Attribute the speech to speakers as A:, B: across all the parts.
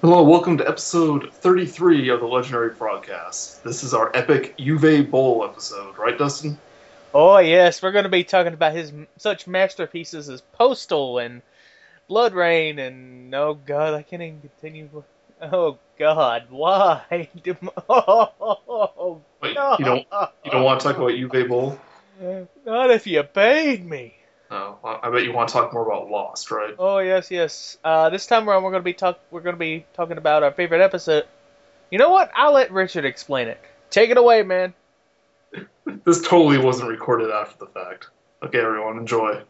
A: Hello, welcome to episode 33 of the Legendary Broadcast. This is our epic Juve Bowl episode, right, Dustin?
B: Oh yes, we're going to be talking about his m- such masterpieces as Postal and Blood Rain and oh god, I can't even continue. with- Oh god, why? do- Oh,
A: Wait,
B: no.
A: you don't you don't want to talk about Juve Bowl?
B: Not if you paid me.
A: No, I I bet you want to talk more about Lost, right?
B: Oh yes, yes. Uh, this time around, we're going to be talk. We're going to be talking about our favorite episode. You know what? I'll let Richard explain it. Take it away, man.
A: This totally wasn't recorded after the fact. Okay, everyone, enjoy.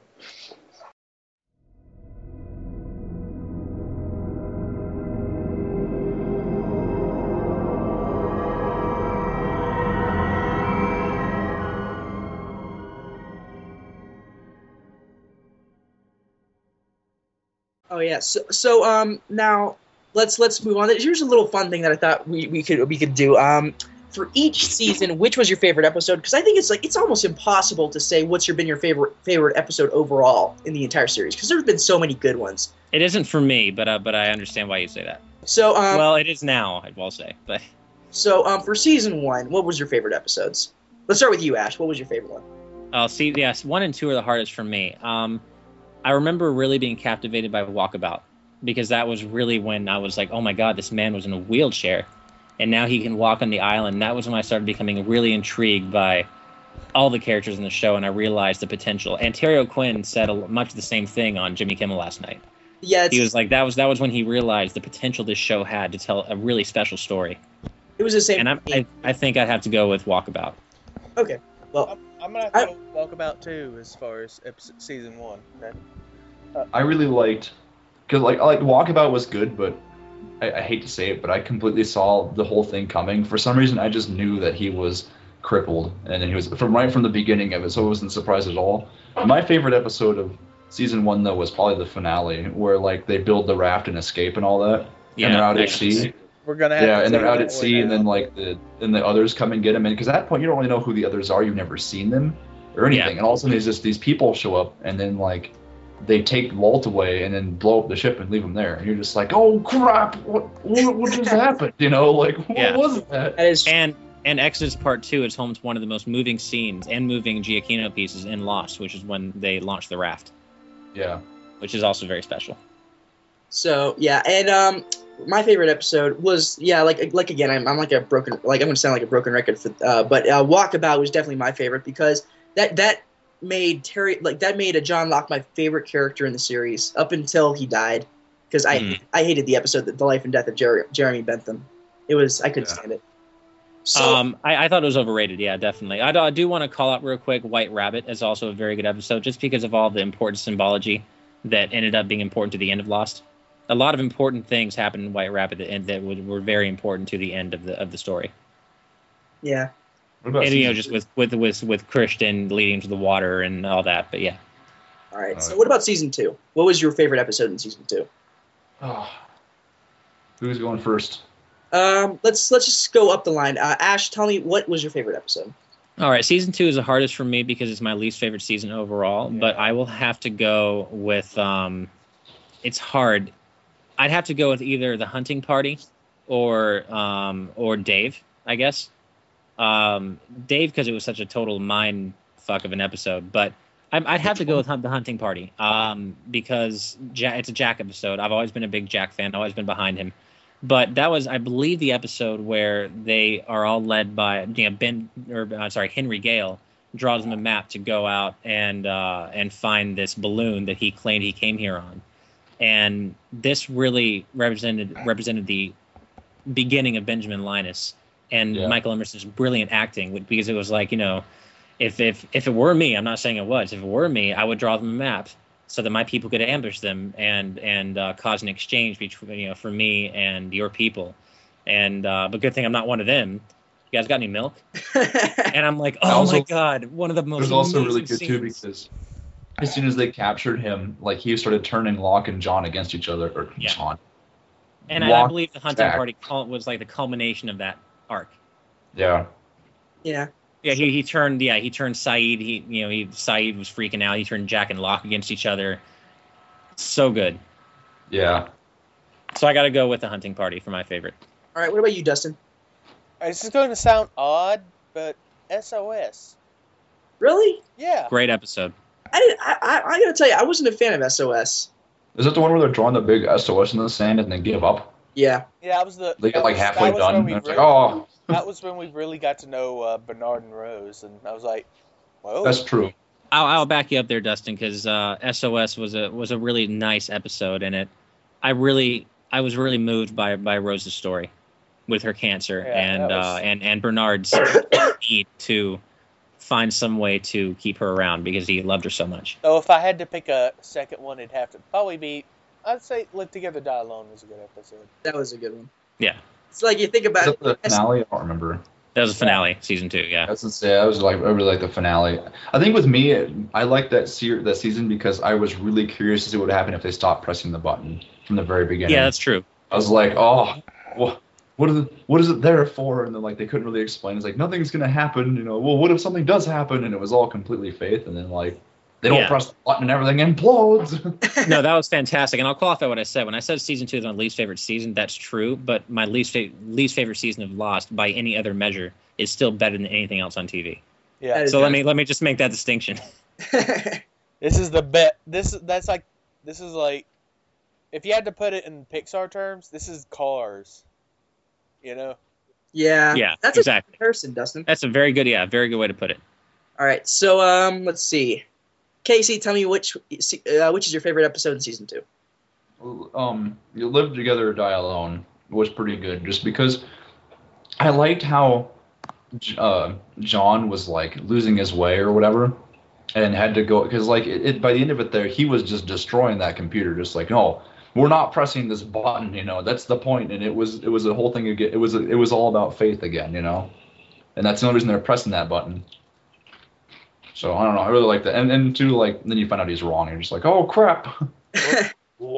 C: Oh yeah. So, so um now let's let's move on. Here's a little fun thing that I thought we, we could we could do. Um for each season, which was your favorite episode? Because I think it's like it's almost impossible to say what's your been your favorite favorite episode overall in the entire series because there's been so many good ones.
D: It isn't for me, but uh, but I understand why you say that.
C: So um
D: well, it is now, I will say. But
C: so um for season one, what was your favorite episodes? Let's start with you, Ash. What was your favorite one?
D: I'll uh, see. Yes, one and two are the hardest for me. Um, I remember really being captivated by Walkabout because that was really when I was like, oh my god, this man was in a wheelchair, and now he can walk on the island. That was when I started becoming really intrigued by all the characters in the show, and I realized the potential. Antonio Quinn said a, much the same thing on Jimmy Kimmel last night.
C: Yeah, it's,
D: He was like, that was that was when he realized the potential this show had to tell a really special story.
C: it was the same.
D: And I, I, I think I'd have to go with Walkabout.
C: okay. Well,
B: I'm gonna
C: I-
B: go Walkabout too, as far as episode, season one.
E: I really liked because like I like Walkabout was good, but I, I hate to say it, but I completely saw the whole thing coming. For some reason, I just knew that he was crippled, and then he was from right from the beginning of it, so I wasn't surprised at all. My favorite episode of season one though was probably the finale, where like they build the raft and escape and all that, and they're out at
D: actually.
E: sea.
B: We're gonna
E: Yeah, and they're out at sea, and then like the and the others come and get him, and because at that point you don't really know who the others are, you've never seen them or
D: Yeah.
E: anything, and all of a sudden there's just these people show up, and then like they take Walt away and then blow up the ship and leave him there, and you're just like, oh crap, what what, what just happened? You know, like what
D: Yeah.
E: was that?
C: that is
D: And and Exodus Part Two is home to one of the most moving scenes and moving Giacchino pieces in Lost, which is when they launch the raft,
E: Yeah,
D: which is also very special.
C: So yeah, and um, my favorite episode was yeah, like like again, I'm, I'm like a broken like I'm gonna sound like a broken record for uh, but uh, Walkabout was definitely my favorite because that that made Terry like that made a John Locke my favorite character in the series up until he died because I
D: Mm.
C: I hated the episode that the life and death of Jerry, Jeremy Bentham. It was I couldn't
A: Yeah.
C: stand it. So
D: um, I, I thought it was overrated. Yeah, definitely. I, do- I do want to call out real quick. White Rabbit is also a very good episode, just because of all the important symbology that ended up being important to the end of Lost. A lot of important things happened in White Rabbit that, and that would, were very important to the end of the of the story.
C: yeah,
E: what about
D: and you know,
E: season
D: just
E: two?
D: with with with with Christian leading to the water and all that. But yeah.
C: all right. So
E: Alright.
C: what about season two? What was your favorite episode in season two?
E: Oh. who's going first?
C: Um, let's let's just go up the line. Uh, Ash, tell me what was your favorite episode?
D: All right, season two is the hardest for me because it's my least favorite season overall. But I will have to go with. Um, it's hard. I'd have to go with either the hunting party, or um, or Dave, I guess. Um, Dave because it was such a total mind fuck of an episode. But I, I'd have to go with hunt, the hunting party um, because ja- it's a Jack episode. I've always been a big Jack fan. I've always been behind him but that was i believe the episode where they are all led by you know ben or uh, sorry henry gale draws them a map to go out and uh and find this balloon that he claimed he came here on and this really represented represented the beginning of benjamin linus and
E: Yeah.
D: michael emerson's brilliant acting with- because it was like you know if if if it were me i'm not saying it was if it were me i would draw them a map so that my people could ambush them and and uh, cause an exchange between you know for me and your people. And uh, but good thing I'm not one of them. You guys got any milk? And I'm like, oh
E: Also-
D: my god, one of the most.
E: It was also really good
D: amazing
E: too
D: scenes.
E: because as soon as they captured him, like he started turning Locke and John against each other, or
D: Yeah.
E: John.
D: and I, I
E: Locke
D: believe the hunting
E: back.
D: party cul- was like the culmination of that arc.
E: Yeah,
C: yeah.
D: Yeah, he, he turned. Yeah, he turned Saeed. He you know he Saeed was freaking out. He turned Jack and Locke against each other. So good.
E: yeah.
D: So So I got to go with the hunting party for my favorite.
C: All right, what about you, Dustin?
B: This is going to sound odd, but SOS.
C: Really?
B: Yeah.
D: Great episode.
C: I didn't. I, I, I gotta tell you, I wasn't a fan of SOS.
E: Is that the one where they're drawing the big SOS in the sand and then give up?
C: Yeah,
B: Yeah, that was the.
E: They
B: that
E: get like
B: was- that
E: halfway
B: was
E: done
B: when
E: and
B: we
E: it's like,
B: really-
E: oh,
B: that was when we really got to know uh, Bernard and Rose, and I was like, "Whoa,
E: that's true.
D: I'll, I'll back you up there, Dustin, because uh, SOS was a was a really nice episode, and it I really I was really moved by by Rose's story with her cancer
B: Yeah,
D: and
B: that was-
D: uh, and and Bernard's need to find some way to keep her around because he loved her so much.
B: Oh, if I had to pick a second one, it'd have to probably be. I'd say "Live Together, Die Alone" was a good episode.
C: that was a good one.
D: Yeah.
C: It's like you think about
E: Is
C: it.
E: that the finale? I don't remember.
D: That was the finale, season two. Yeah,
E: That's insane. I was like, I really like the finale. I think with me, it- I like that se- that season because I was really curious to see what would happen if they stopped pressing the button from the very beginning.
D: yeah, that's true.
E: I was like, oh, what, what, is it, what is it there for? And then like they couldn't really explain. It's like nothing's gonna happen. You know, well, what if something does happen? And it was all completely faith. And then like they don't
D: Yeah.
E: press the button and everything implodes.
D: no, that was fantastic, and I'll qualify what I said. When I said season two is my least favorite season, that's true. But my least fa- least favorite season of Lost, by any other measure, is still better than anything else on TV.
B: Yeah,
C: That is
D: So let me let me just make that distinction.
B: this is the bet. This that's like this is like if you had to put it in Pixar terms, this is Cars. You know,
C: yeah.
D: yeah,
C: That's a
D: exactly.
C: good comparison, Dustin.
D: That's a very good, yeah, very good way to put it.
C: All right, so um, let's see. Casey, tell me which uh, which is your favorite episode in season two?
E: um, you live together or die alone was pretty good, just because I liked how J- uh, John was like losing his way or whatever, and had to go because like it, it by the end of it there he was just destroying that computer, just like no, we're not pressing this button, you know that's the point, and it was it was a whole thing again, it was it was all about faith again, you know, and that's the only reason they're pressing that button. So I don't know, I really like that, and and too like then you find out he's wrong, you're just like oh crap.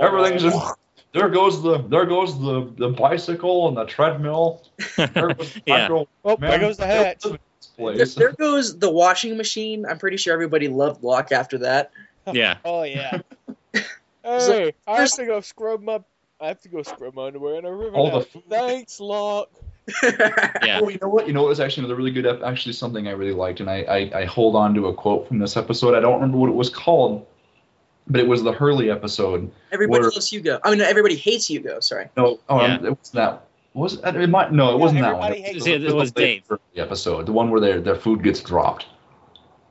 E: Everything's just there goes the there goes the, the bicycle and the treadmill. There goes the
D: Yeah.
E: micro-
B: Oh,
E: man,
B: there goes the
E: there
B: hatch.
E: goes this
C: There,
E: place.
C: there goes the washing machine. I'm pretty sure everybody loved Block after that.
D: Yeah,
B: Oh yeah.
C: So,
B: hey, I have
C: there's-
B: to go scrub my. I have to go scrub my underwear in a river
E: All
B: now.
E: the food.
B: Thanks, Locke.
D: yeah.
E: Oh, you know what? You know what was actually another really good ep- actually something I really liked, and I, I I hold on to a quote from this episode. I don't remember what it was called, but it was the Hurley episode.
C: Everybody
E: Where-
C: loves Hugo. I mean, everybody hates Hugo. Sorry.
E: No, oh, I'm- it was that. Was it, it might no, it
B: Yeah,
E: wasn't that one.
B: everybody hates
D: it. It was
E: the
D: Dave.
E: Hurley episode, the one where their their food gets dropped,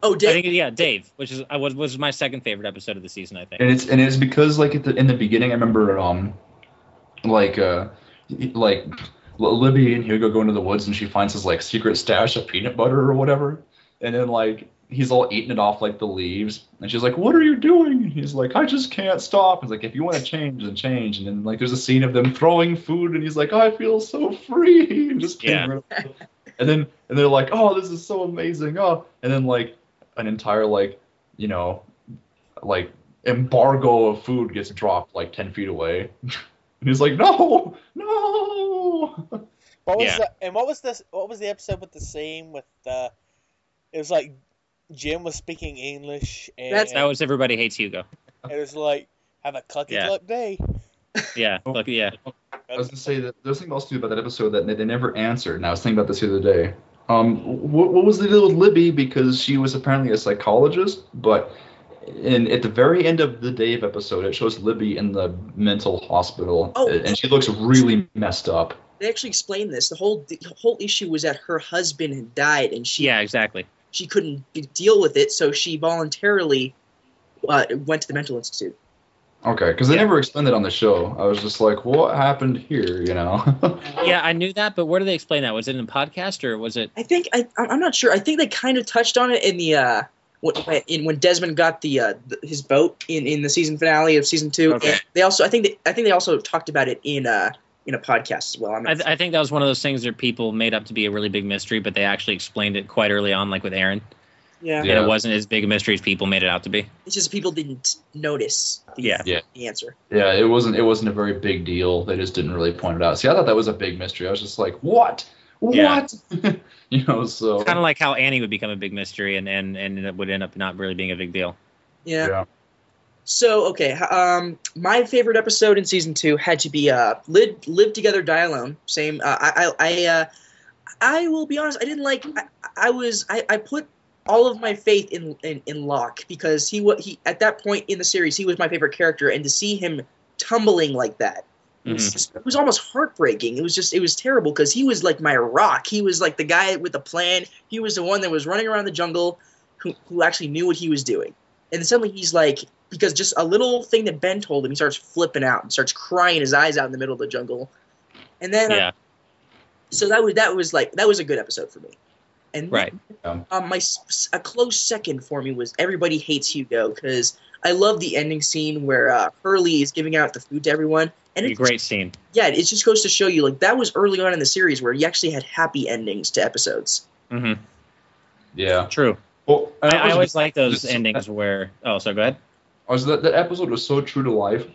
C: Oh,
D: I
C: Dave.
D: think yeah, Dave, which is I was was my second favorite episode of the season, I think.
E: and it's and it's because like at the, in the beginning, I remember um, like uh, like L- Libby and Hugo go into the woods and she finds his like secret stash of peanut butter or whatever, and then like he's all eating it off like the leaves, and she's like, "What are you doing?" And he's like, "I just can't stop." He's like, "If you want to change, then change." And then like there's a scene of them throwing food, and he's like, "I feel so free," and just getting rid of it. And then and they're like, "Oh, this is so amazing!" Oh, and then like an entire like you know like embargo of food gets dropped like 10 feet away and he's like, no, no.
B: What was
D: Yeah.
B: the, and what was this? What was the episode with the scene with? Uh, it was like Jim was speaking English, and
C: That's-
D: That was everybody hates Hugo.
B: it was like have a clucky
D: Yeah.
B: cluck day.
D: Yeah, look, yeah,
E: I was gonna say that there's something else too about that episode that they never answered, and I was thinking about this the other day. Um, what, what was the deal with Libby? Because she was apparently a psychologist, but in at the very end of the Dave episode, it shows Libby in the mental hospital,
C: Oh.
E: and she looks really messed up.
C: They actually explained this. The whole the whole issue was that her husband had died, and she
D: yeah, exactly.
C: she couldn't d- deal with it, so she voluntarily uh, went to the mental institute.
E: Okay, because they
D: Yeah.
E: never explained it on the show. I was just like, what happened here? You know?
D: Yeah, I knew that, but where do they explain that? Was it in a podcast or was it?
C: I think I I- I'm not sure. I think they kind of touched on it in the uh when, in when Desmond got the uh th- his boat in in the season finale of season two.
D: Okay.
C: And They also I think they, I think they also talked about it in uh in a podcast as well. I'm
D: I,
C: not
D: th- I think that was one of those things that people made up to be a really big mystery, but they actually explained it quite early on, like with Aaron,
C: yeah.
E: Yeah.
D: and it wasn't as big a mystery as people made it out to be.
C: It's just people didn't notice. The,
D: Yeah.
E: Yeah.
C: The answer.
E: Yeah, it wasn't it wasn't a very big deal. They just didn't really point it out. See, I thought that was a big mystery. I was just like, what?
D: Yeah.
E: What? you know, so
D: Kind of like how Annie would become a big mystery, and and and it would end up not really being a big deal.
C: Yeah.
E: Yeah.
C: So okay, h- um, my favorite episode in season two had to be uh, "Live Live Together, Die Alone." Same. Uh, I I I, uh, I will be honest. I didn't like. I, I was I, I put all of my faith in in, in Locke because he wa he at that point in the series he was my favorite character, and to see him tumbling like that it was
D: Mhm.
C: just- it was almost heartbreaking. It was just, it was terrible because he was like my rock. He was like the guy with the plan. He was the one that was running around the jungle who, who actually knew what he was doing. And then suddenly he's like, because just a little thing that Ben told him, he starts flipping out and starts crying his eyes out in the middle of the jungle. And then, uh,
D: Yeah.
C: so that was, that was like, that was a good episode for me. And
D: Right.
C: um, my s- s- a close second for me was everybody hates Hugo because I love the ending scene where uh, Hurley is giving out the food to everyone, and it's
D: Great scene.
C: yeah, it just goes to show you like that was early on in the series where you actually had happy endings to episodes.
D: hmm
E: Yeah.
D: True.
E: Well, and
D: I,
E: that
D: I
E: was-
D: always like those
E: just-
D: endings where. Oh, so go ahead.
E: Also, that, that episode was so true to life.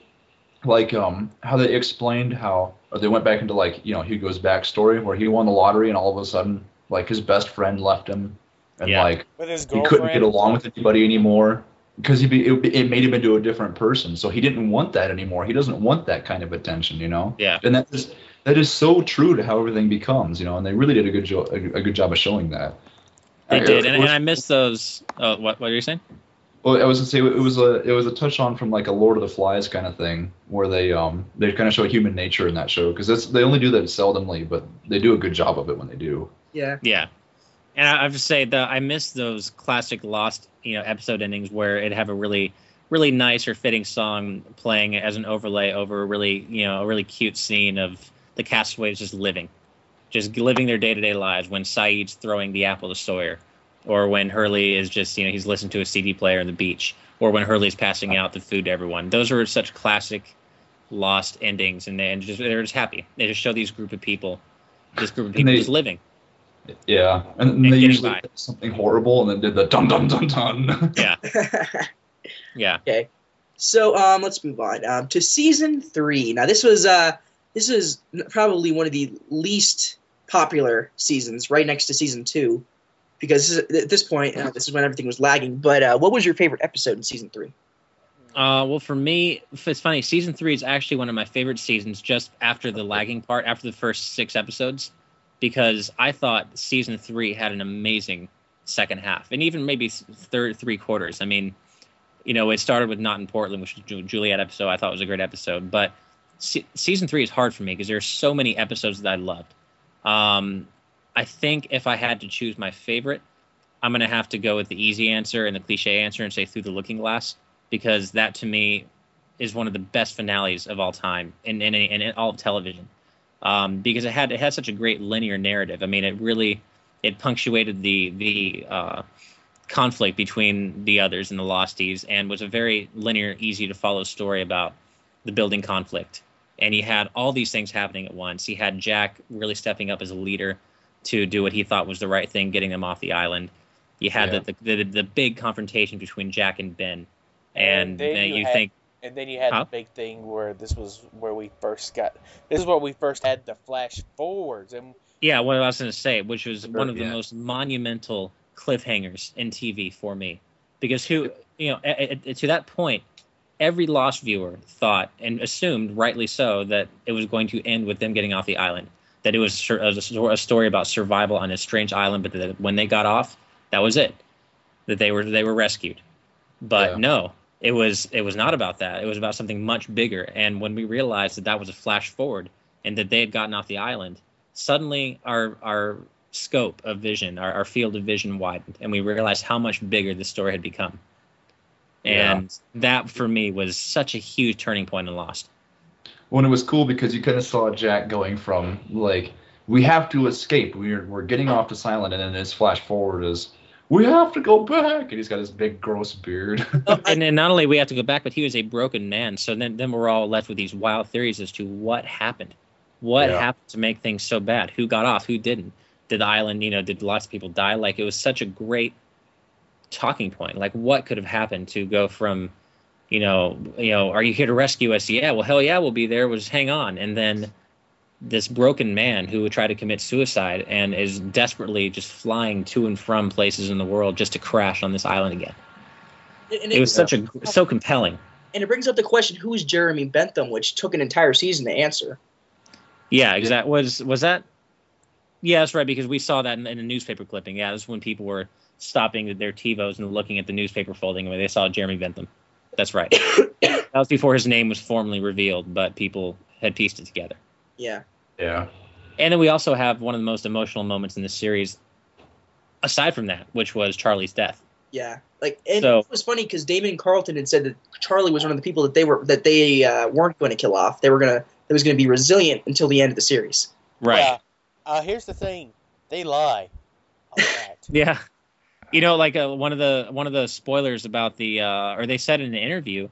E: Like, um, how they explained how or they went back into like you know Hugo's backstory where he won the lottery and all of a sudden like his best friend left him and
D: Yeah.
E: like
F: With his
E: he
F: girlfriend.
E: couldn't get along with anybody anymore because he be, it, it made him into a different person. So he didn't want that anymore. He doesn't want that kind of attention, you know.
D: Yeah.
E: And that is that is so true to how everything becomes, you know. And they really did a good jo- a, a good job of showing that.
D: They
E: Uh,
D: did, and,
E: it
D: and
E: was-
D: I missed those. Uh, what what are you saying?
E: well, I was gonna say it was a it was a touch on from like a Lord of the Flies kind of thing where they um they kind of show human nature in that show because that's they only do that seldomly, but they do a good job of it when they do.
C: Yeah.
D: Yeah, and I, I have to say that I miss those classic Lost you know episode endings where it have a really really nice or fitting song playing as an overlay over a really you know a really cute scene of the castaways just living, just living their day to day lives when Saeed's throwing the apple to Sawyer, or when Hurley is just you know he's listening to a CD player on the beach, or when Hurley's passing out the food to everyone. Those are such classic Lost endings, and they and just they're just happy. They just show these group of people, this group of
E: And
D: people
E: they-
D: just living.
E: Yeah, and,
D: And
E: they
D: getting
E: usually
D: by.
E: did something horrible and then did the dun dun dun dun.
D: Yeah.
C: so um, let's move on um, to season three. Now this was uh, this is probably one of the least popular seasons, right next to season two, because this is, at this point uh, this is when everything was lagging. But uh, what was your favorite episode in season three?
D: Uh, well, for me, f- it's funny. Season three is actually one of my favorite seasons, just after the lagging part, after the first six episodes, because I thought season three had an amazing second half, and even maybe s- third three quarters. I mean, you know, it started with Not in Portland, which was Ju- Juliet episode. I thought was a great episode, but se- season three is hard for me because there are so many episodes that I loved. Um, I think if I had to choose my favorite, I'm gonna have to go with the easy answer and the cliche answer and say Through the Looking Glass because that to me is one of the best finales of all time in in, in, in all of television um, because it had it had such a great linear narrative. I mean, it really it punctuated the the uh, conflict between the others and the Losties, and was a very linear, easy to follow story about the building conflict. And he had all these things happening at once. He had Jack really stepping up as a leader to do what he thought was the right thing, getting them off the island. You had
E: Yeah.
D: the, the, the the big confrontation between Jack and Ben,
F: And
D: and
F: then
D: then
F: you
D: you
F: had-
D: think,
F: And then you had
D: Huh?
F: the big thing where this was where we first got. This is where we first had the flash forwards, and
D: Yeah, what I was going to say, which was one of the
E: yeah.
D: most monumental cliffhangers in TV for me, because who, you know, a- a- a- to that point, every Lost viewer thought and assumed, rightly so, that it was going to end with them getting off the island. That it was sur- a a story about survival on a strange island, but that when they got off, that was it. That they were they were rescued. But
E: Yeah.
D: no, it was it was not about that. It was about something much bigger. And when we realized that that was a flash forward and that they had gotten off the island, suddenly our our scope of vision, our, our field of vision widened, and we realized how much bigger the story had become. And that for me was such a huge turning point in Lost.
E: when it was cool because you kind of saw Jack going from like we have to escape, we're we're getting off this island, and then his flash forward is we have to go back, and he's got his big gross beard.
D: and then not only we have to go back, but he was a broken man. So then, then we're all left with these wild theories as to what happened, what
E: Yeah.
D: happened to make things so bad, who got off, who didn't, did the island, you know, did lots of people die? Like it was such a great talking point. Like what could have happened to go from, you know, you know, are you here to rescue us? Yeah, well, hell yeah, we'll be there. Was hang on, and then this broken man who would try to commit suicide and is desperately just flying to and from places in the world just to crash on this island again
C: And
D: it was
E: Yeah.
D: such a so compelling
C: and it brings up the question: Who is Jeremy Bentham? Which took an entire season to answer.
D: Yeah, exact was was that? Yeah, that's right because we saw that in, in a newspaper clipping. Yeah, that's when people were stopping their TiVos and looking at the newspaper folding when they saw Jeremy Bentham. That's right. that was before his name was formally revealed, but people had pieced it together.
C: Yeah.
E: Yeah.
D: And then we also have one of the most emotional moments in the series, aside from that, which was Charlie's death.
C: Yeah, like and
D: So-
C: it was funny because Damon Carlton had said that Charlie was one of the people that they were that they uh, weren't going to kill off. They were gonna that was gonna be resilient until the end of the series.
F: Yeah. Uh, here's the thing. They lie. A lot.
D: Yeah. You know, like uh, one of the one of the spoilers about the uh, or they said in an interview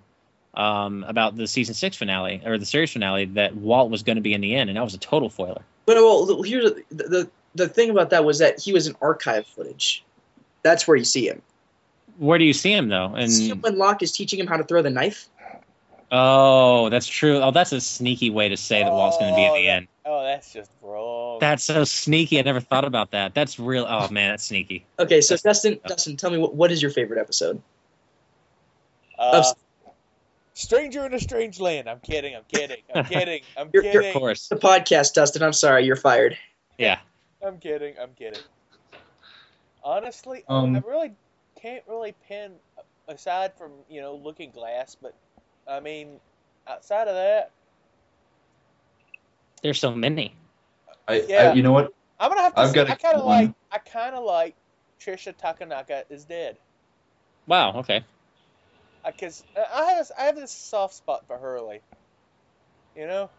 D: um, about the season six finale or the series finale that Walt was going to be in the end, and that was a total foiler.
C: But well, the- here's the, the the thing about that was that he was in archive footage. That's where you see him.
D: Where do you see him though?
C: see him
D: And
C: when Locke is teaching him how to throw the knife.
D: oh, that's true. Oh, that's a sneaky way to say that Walt's going to be in
F: Oh,
D: the
F: that-
D: end.
F: Oh, that's just wrong.
D: That's so sneaky. I never thought about that. That's real. Oh man, that's sneaky.
C: Okay, so Dustin, Dustin, tell me what, what is your favorite episode?
F: uh, Stranger in a Strange Land. I'm kidding. I'm kidding. I'm kidding. I'm
C: You're- you're
D: Of
F: kidding.
D: course.
C: The podcast, Dustin. I'm sorry, you're fired.
D: Yeah.
F: I'm kidding. I'm kidding. Honestly,
E: Um,
F: I really can't really pin aside from you know Looking Glass, but I mean, outside of that,
D: There's so many.
E: I,
F: Yeah.
E: I you know what?
F: I'm gonna have to.
E: I've
F: say,
E: got a
F: I kind of
E: one.
F: like. I kind of like Trisha Takanaka is dead
D: Wow. Okay.
F: because I have I have this soft spot for Hurley. You know.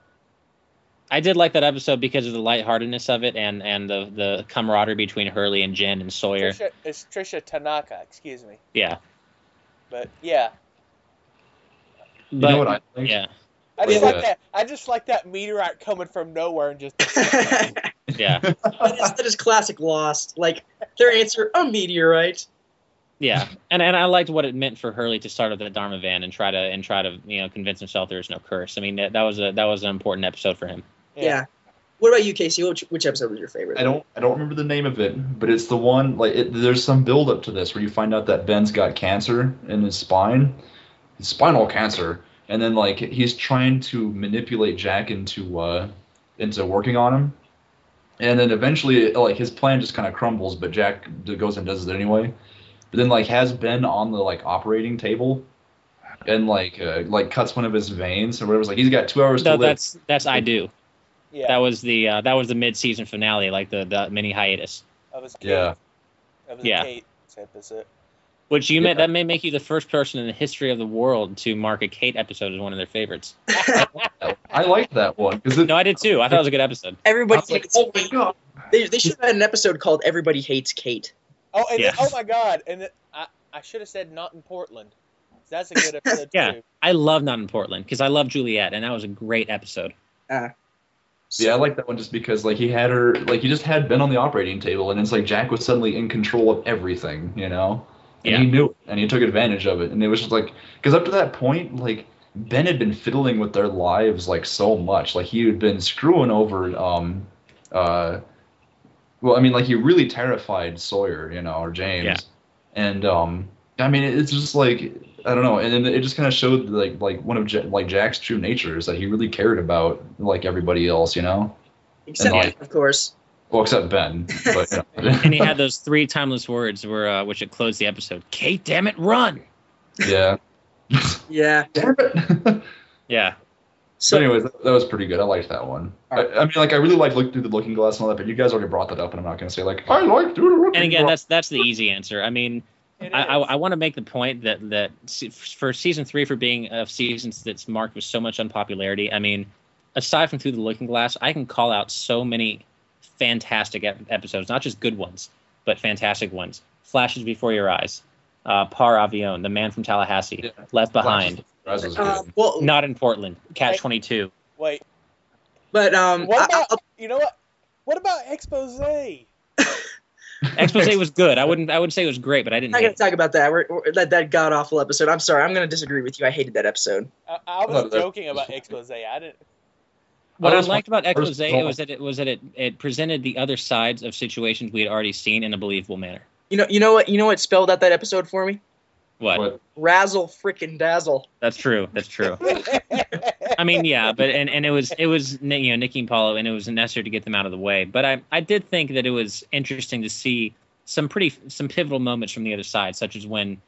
D: I did like that episode because of the lightheartedness of it and and the the camaraderie between Hurley and Jen and Sawyer.
F: Trisha, it's Trisha Tanaka, excuse me.
D: Yeah.
F: But yeah,
E: You
D: But-
E: know what I think?
D: Yeah,
F: I just
E: Yeah.
F: like that. I just like that meteorite coming from nowhere and just.
C: that,
D: yeah,
C: is, that is classic Lost. Like their answer, a meteorite.
D: yeah. And and I liked what it meant for Hurley to start up the Dharma van and try to and try to you know convince himself there is no curse. I mean that, that was a that was an important episode for him.
C: Yeah. What about you, Casey? Which, which episode was your favorite?
E: I don't I don't remember the name of it, but it's the one like it, there's some build up to this where you find out that Ben's got cancer in his spine, spinal cancer, and then like he's trying to manipulate Jack into uh into working on him, and then eventually like his plan just kind of crumbles, but Jack d- goes and does it anyway. But then like has Ben on the like operating table, and like uh, like cuts one of his veins or whatever. It's like he's got two hours
D: No,
E: to live.
D: that's that's I do.
F: Yeah.
D: That was the uh, that was the mid season finale, like the the mini hiatus.
F: Of his Kate.
E: Yeah.
F: Of his
D: Yeah.
F: Kate uh, episode.
D: Which you may,
E: Yeah.
D: that may make you the first person in the history of the world to mark a Kate episode as one of their favorites.
E: I liked that one because it.
D: No, I did too. I thought it was a good episode.
E: I
C: Everybody
E: was like,
C: hates
E: oh my
C: Kate.
E: god.
C: They, they should have had an episode called "Everybody Hates Kate."
F: Oh, and
D: Yeah.
F: then, oh my God! And then, I I should have said not in Portland. That's a good episode
D: Yeah.
F: too.
D: I love Not in Portland because I love Juliet, and that was a great episode.
E: Yeah, I like that one just because like he had her like he just had Ben on the operating table and it's like Jack was suddenly in control of everything, you know? And
D: Yeah.
E: he knew it and he took advantage of it. And it was just like because up to that point, like Ben had been fiddling with their lives like so much. Like he had been screwing over um uh well, I mean like he really terrified Sawyer, you know, or James.
D: Yeah.
E: And um I mean it's just like I don't know, and then it just kind of showed like like one of Ja- like Jack's true nature is that he really cared about like everybody else, you know.
C: Except,
E: And, like-
C: of course,
E: Well, except Ben. But, you know.
D: And he had those three timeless words, where uh, which it closed the episode. Kate, damn it, run!
E: yeah.
C: yeah.
E: Damn it.
D: Yeah,
E: so,
C: So
E: anyways, that, that was pretty good. I liked that one. I, I mean, like, I really liked look through the Looking Glass and all that, but you guys already brought that up, and I'm not gonna say like I liked through the Looking
D: and again,
E: Glass.
D: that's that's the easy answer. I mean,
F: It
D: I, I,
F: is.
D: I want to make the point that that se- for season three, for being of seasons that's marked with so much unpopularity, I mean, aside from Through the Looking Glass, I can call out so many fantastic ep- episodes, not just good ones, but fantastic ones. Flashes Before Your Eyes, uh, Par Avion, The Man from Tallahassee,
E: Yeah.
D: Left Behind,
E: That was good.
C: uh, well,
D: Not in Portland, Catch
F: Like-
D: 22.
F: Wait,
C: but um,
F: what
C: I- I-
F: about you know what? What about expose? Yeah,
D: Expose was good. I wouldn't I would say it was great, but I
C: I'm
D: didn't
C: not
D: hate
C: gonna
D: it.
C: talk about that. We're, we're- that that god awful episode. I'm sorry. I'm gonna disagree with you. I hated that episode.
F: I, I
E: thought
F: was
E: that-
F: joking about expose. I didn't.
D: What I
E: Those
D: liked about
E: first
D: Expose
E: drawn.
D: was that it was that it, it presented the other sides of situations we had already seen in a believable manner.
C: You know. You know what? You know what spelled out that episode for me?
D: What?
E: What?
C: Razzle frickin' dazzle.
D: That's true. That's true. I mean, yeah, but and, and it was it was Ni- you know Nikki and Paulo, and it was necessary to get them out of the way. But I I did think that it was interesting to see some pretty some pivotal moments from the other side, such as when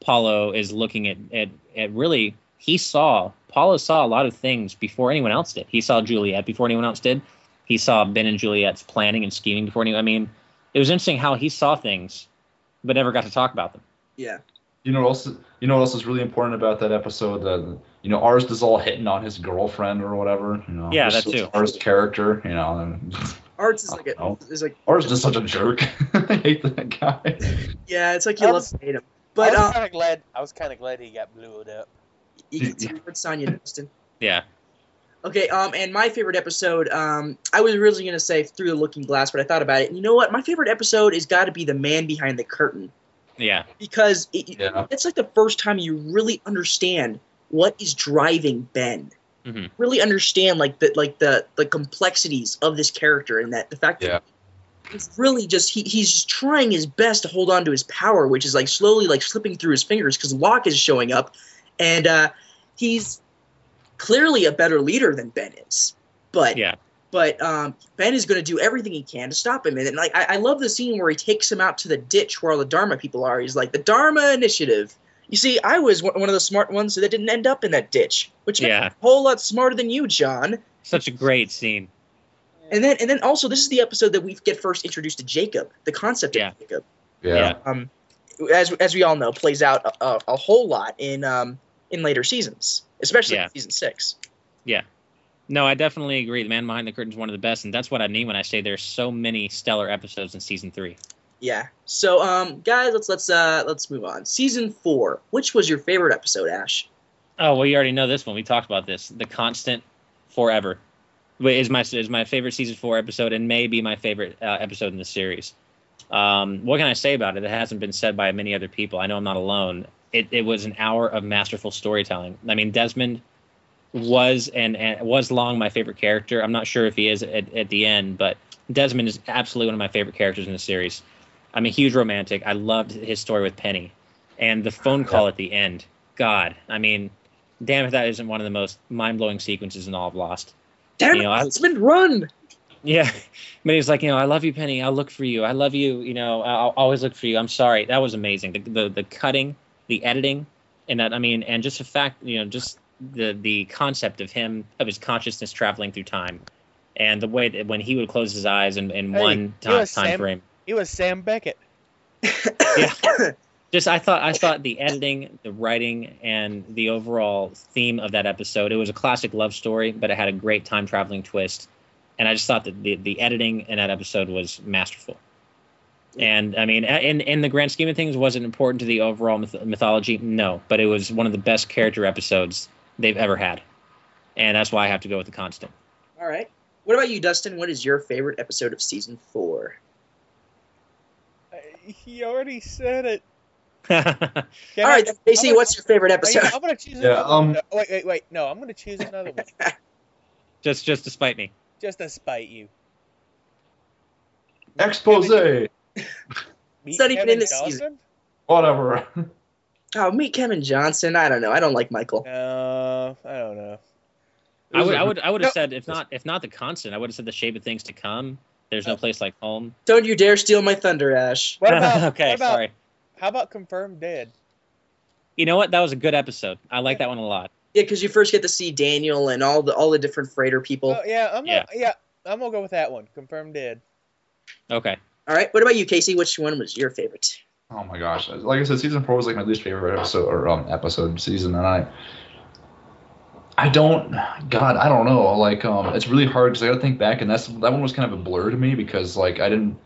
D: Paulo is looking at at, at really he saw Paulo saw a lot of things before anyone else did. He saw Juliet before anyone else did. He saw Ben and Juliet's planning and scheming before anyone. I mean, it was interesting how he saw things, but never got to talk about them.
C: Yeah.
E: You know what else? You know what else is really important about that episode? That you know, Arst is all hitting on his girlfriend or whatever. You know,
D: Yeah,
E: Just
D: that too.
E: Arst's character, you know, and
C: Arts is like a,
E: Oh.
C: is like
E: Arst is such a jerk. I hate that guy.
C: yeah, it's like you love
F: Arts-
C: to hate him.
F: But
C: But
F: I
B: Oh.
F: was
C: um,
F: kind of glad. I was kind of glad he got blew up.
C: you can see what Sonya Austin.
D: Yeah.
C: Okay, um, and my favorite episode, um, I was originally gonna say Through the Looking Glass, but I thought about it. You know what? My favorite episode has got to be The Man Behind the Curtain
D: Yeah.
C: because it,
E: Yeah.
C: it's like the first time you really understand what is driving Ben.
D: Mhm.
C: Really understand like the like the the complexities of this character and that the fact that it's really just he, he's just trying his best to hold on to his power, which is like slowly like slipping through his fingers because Locke is showing up, and uh, he's clearly a better leader than Ben is. But
D: Yeah.
C: but um, Ben is going to do everything he can to stop him. And, and like I, I love the scene where he takes him out to the ditch where all the Dharma people are. He's like the Dharma Initiative. You see, I was one one of the smart ones that didn't end up in that ditch, which makes
D: Yeah.
C: me a whole lot smarter than you, John.
D: Such a great scene.
C: And then and then also this is the episode that we get first introduced to Jacob, the concept
D: Yeah.
C: of Jacob.
E: Yeah.
C: Um, as as we all know, plays out a, a, a whole lot in um in later seasons, especially
D: Yeah.
C: season six.
D: No, I definitely agree. The Man Behind the Curtain is one of the best, and that's what I mean when I say there's so many stellar episodes in season three.
C: Yeah. So um guys, let's let's uh let's move on. Season four. Which was your favorite episode, Ash?
D: Oh well, you already know this one. We talked about this. The Constant Forever Wait, is my is my favorite season four episode, and maybe my favorite uh, episode in the series. Um, what can I say about it? It hasn't been said by many other people. I know I'm not alone. It, it was an hour of masterful storytelling. I mean, Desmond was and, and was long my favorite character. I'm not sure if he is at, at the end, but Desmond is absolutely one of my favorite characters in the series. I'm a huge romantic. I loved his story with Penny, and the phone call at the end. God, I mean, damn if that isn't one of the most mind blowing sequences in all of Lost.
C: Damn
D: You know, I-
C: it, it's been run.
D: Yeah, but he's like, you know, I love you, Penny. I'll look for you. I love you. You know, I- I'll always look for you. I'm sorry. That was amazing. The the, the cutting, the editing, and that I mean, and just the fact, you know, just the the concept of him of his consciousness traveling through time, and the way that when he would close his eyes in, in
F: Hey,
D: one
F: you
D: time,
F: know, Sam-
D: time frame.
F: It was Sam Beckett.
D: Yeah. Just I thought I thought the editing, the writing, and the overall theme of that episode. It was a classic love story, but it had a great time traveling twist. And I just thought that the, the editing in that episode was masterful. And I mean, a- in in the grand scheme of things, was it important to the overall myth- mythology? No, but it was one of the best character episodes they've ever had, and that's why I have to go with the constant.
C: All right. What about you, Dustin? What is your favorite episode of season four?
F: Uh, He already said it. Can
C: All
F: I-
C: right, then, Casey,
F: I'm gonna-
C: what's your favorite
F: Oh, yeah,
C: episode?
F: I'm gonna choose
E: Yeah,
F: another one.
E: um,
F: No, Wait, wait, wait. No, I'm gonna choose another one
D: just just to spite me.
F: just to spite you.
E: Expose.
F: Meet
C: It's not even
F: Kevin
C: in this
F: Dawson?
C: season.
E: Whatever.
C: Oh, meet Kevin Johnson. I don't know. I don't like Michael.
F: No, I don't know.
D: I would, I would, I would have
F: No.
D: said if not, if not the constant, I would have said the shape of things to come. There's no place like home.
C: Don't you dare steal my thunder, Ash.
F: What about?
D: okay,
F: what about,
D: sorry.
F: How about confirmed dead?
D: You know what? That was a good episode. I like that one a lot.
C: Yeah, because you first get to see Daniel and all the all the different freighter people.
F: Oh, yeah, I'm Gonna, yeah, I'm gonna go with that one. Confirmed dead.
D: Okay.
C: All right, what about you, Casey? Which one was your favorite?
E: Oh my gosh! Like I said, season four was like my least favorite episode or um, episode season, and I, I don't, God, I don't know. Like, um, it's really hard because I gotta think back, and that's that one was kind of a blur to me because like I didn't,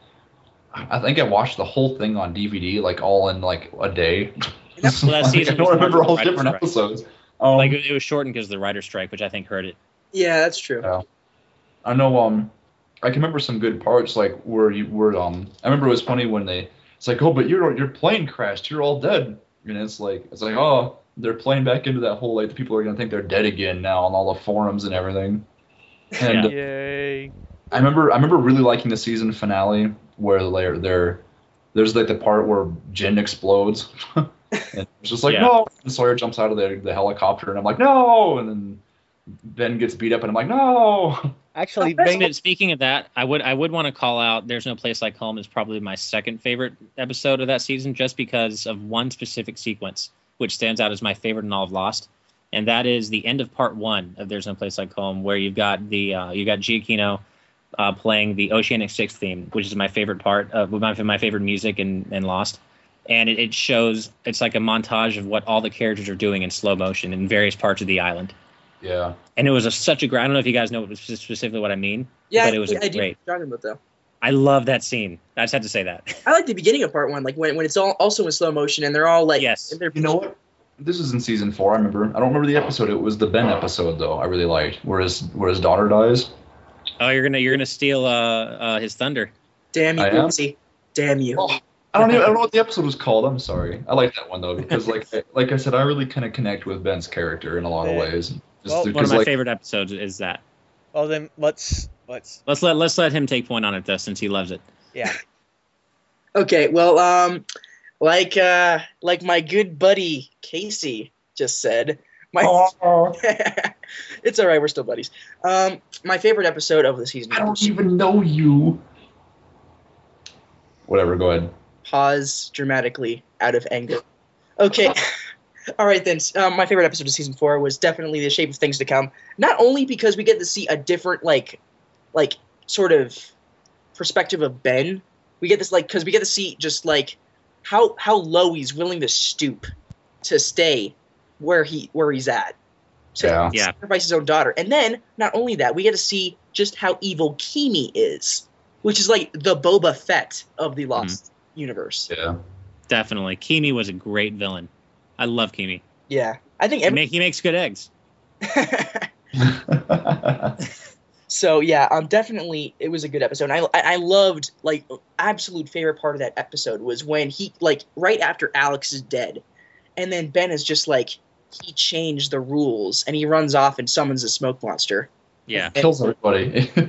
E: I think I watched the whole thing on DVD like all in like a day.
C: Well,
D: that
E: Like,
D: season
E: I
D: was
E: don't remember
D: one
E: all the
D: right
E: different
D: after
E: episodes. Um,
D: Like it it was shortened because of the writer's strike, which I think hurt it.
C: Yeah, that's true.
E: I know um I can remember some good parts like where you were um I remember it was funny when they it's like oh but your your plane crashed you're all dead and it's like it's like oh they're playing back into that whole like the people are gonna think they're dead again now on all the forums and everything and
F: Yay!
E: I remember I remember really liking the season finale where they're, they're there's like the part where Jin explodes And it's just like,
D: Yeah.
E: no. And Sawyer jumps out of the, the helicopter, and I'm like, no. And then Ben gets beat up, and I'm like, no.
B: Actually,
C: That's
B: Bing,
D: Speaking- Speaking of that, I would I would want to call out "There's No Place Like Home" is probably my second favorite episode of that season, just because of one specific sequence which stands out as my favorite in all of Lost, and that is the end of part one of "There's No Place Like Home," where you've got the uh, you got Giacchino uh, playing the Oceanic Six theme, which is my favorite part of my, my favorite music in, in Lost, and it, it shows it's like a montage of what all the characters are doing in slow motion in various parts of the island.
E: Yeah.
D: And it was a, such a great. I don't know if you guys know specifically what I mean,
C: Yeah,
D: But it was
C: I, I do
D: great.
C: talking about though.
D: I love that scene. I just had to say that.
C: I like the beginning of part one, like when, when it's all also in slow motion and they're all like
D: Yes.
C: they're,
E: You know what? This is in season four. I remember. I don't remember the episode. It was the Ben episode though. I really liked where his where his daughter dies.
D: Oh, you're gonna you're gonna steal uh, uh his thunder.
C: damn you,
E: I am?
C: Lindsay. Damn you.
E: Oh, I don't even I don't know what the episode was called. I'm sorry. I like that one though because like like I said, I really kind of connect with Ben's character in a lot of
F: Yeah.
E: ways.
F: Well,
E: Just
D: One of
E: because
D: my
E: like
D: favorite episodes is that.
F: Well, then let's let's.
D: Let's let let's let him take point on it though, since he loves it.
C: Okay, well, um, like uh, like my good buddy Casey just said, my Oh.
E: "Aw,
C: it's all right, we're still buddies. Um, my favorite episode of the season.
E: I don't even know you. Whatever. Go ahead.
C: pause dramatically out of anger. Okay. All right then. Um, my favorite episode of season four was definitely the shape of things to come. Not only because we get to see a different like, like sort of perspective of Ben. We get this like because we get to see just like how how low he's willing to stoop to stay where he where he's at. To
E: Yeah.
D: Yeah.
C: sacrifice his own daughter, and then not only that, we get to see just how evil Kimi is, which is like the Boba Fett of the Lost universe.
E: Yeah.
D: Definitely. Kimi was a great villain. I love Kimi.
C: Yeah, I think.
D: He,
C: Every-
D: make, he makes good eggs.
C: so yeah, um, definitely it was a good episode. And I, I I loved like absolute favorite part of that episode was when he like right after Alex is dead, and then Ben is just like he changed the rules and he runs off and summons the smoke monster.
D: Yeah.
E: Kills everybody.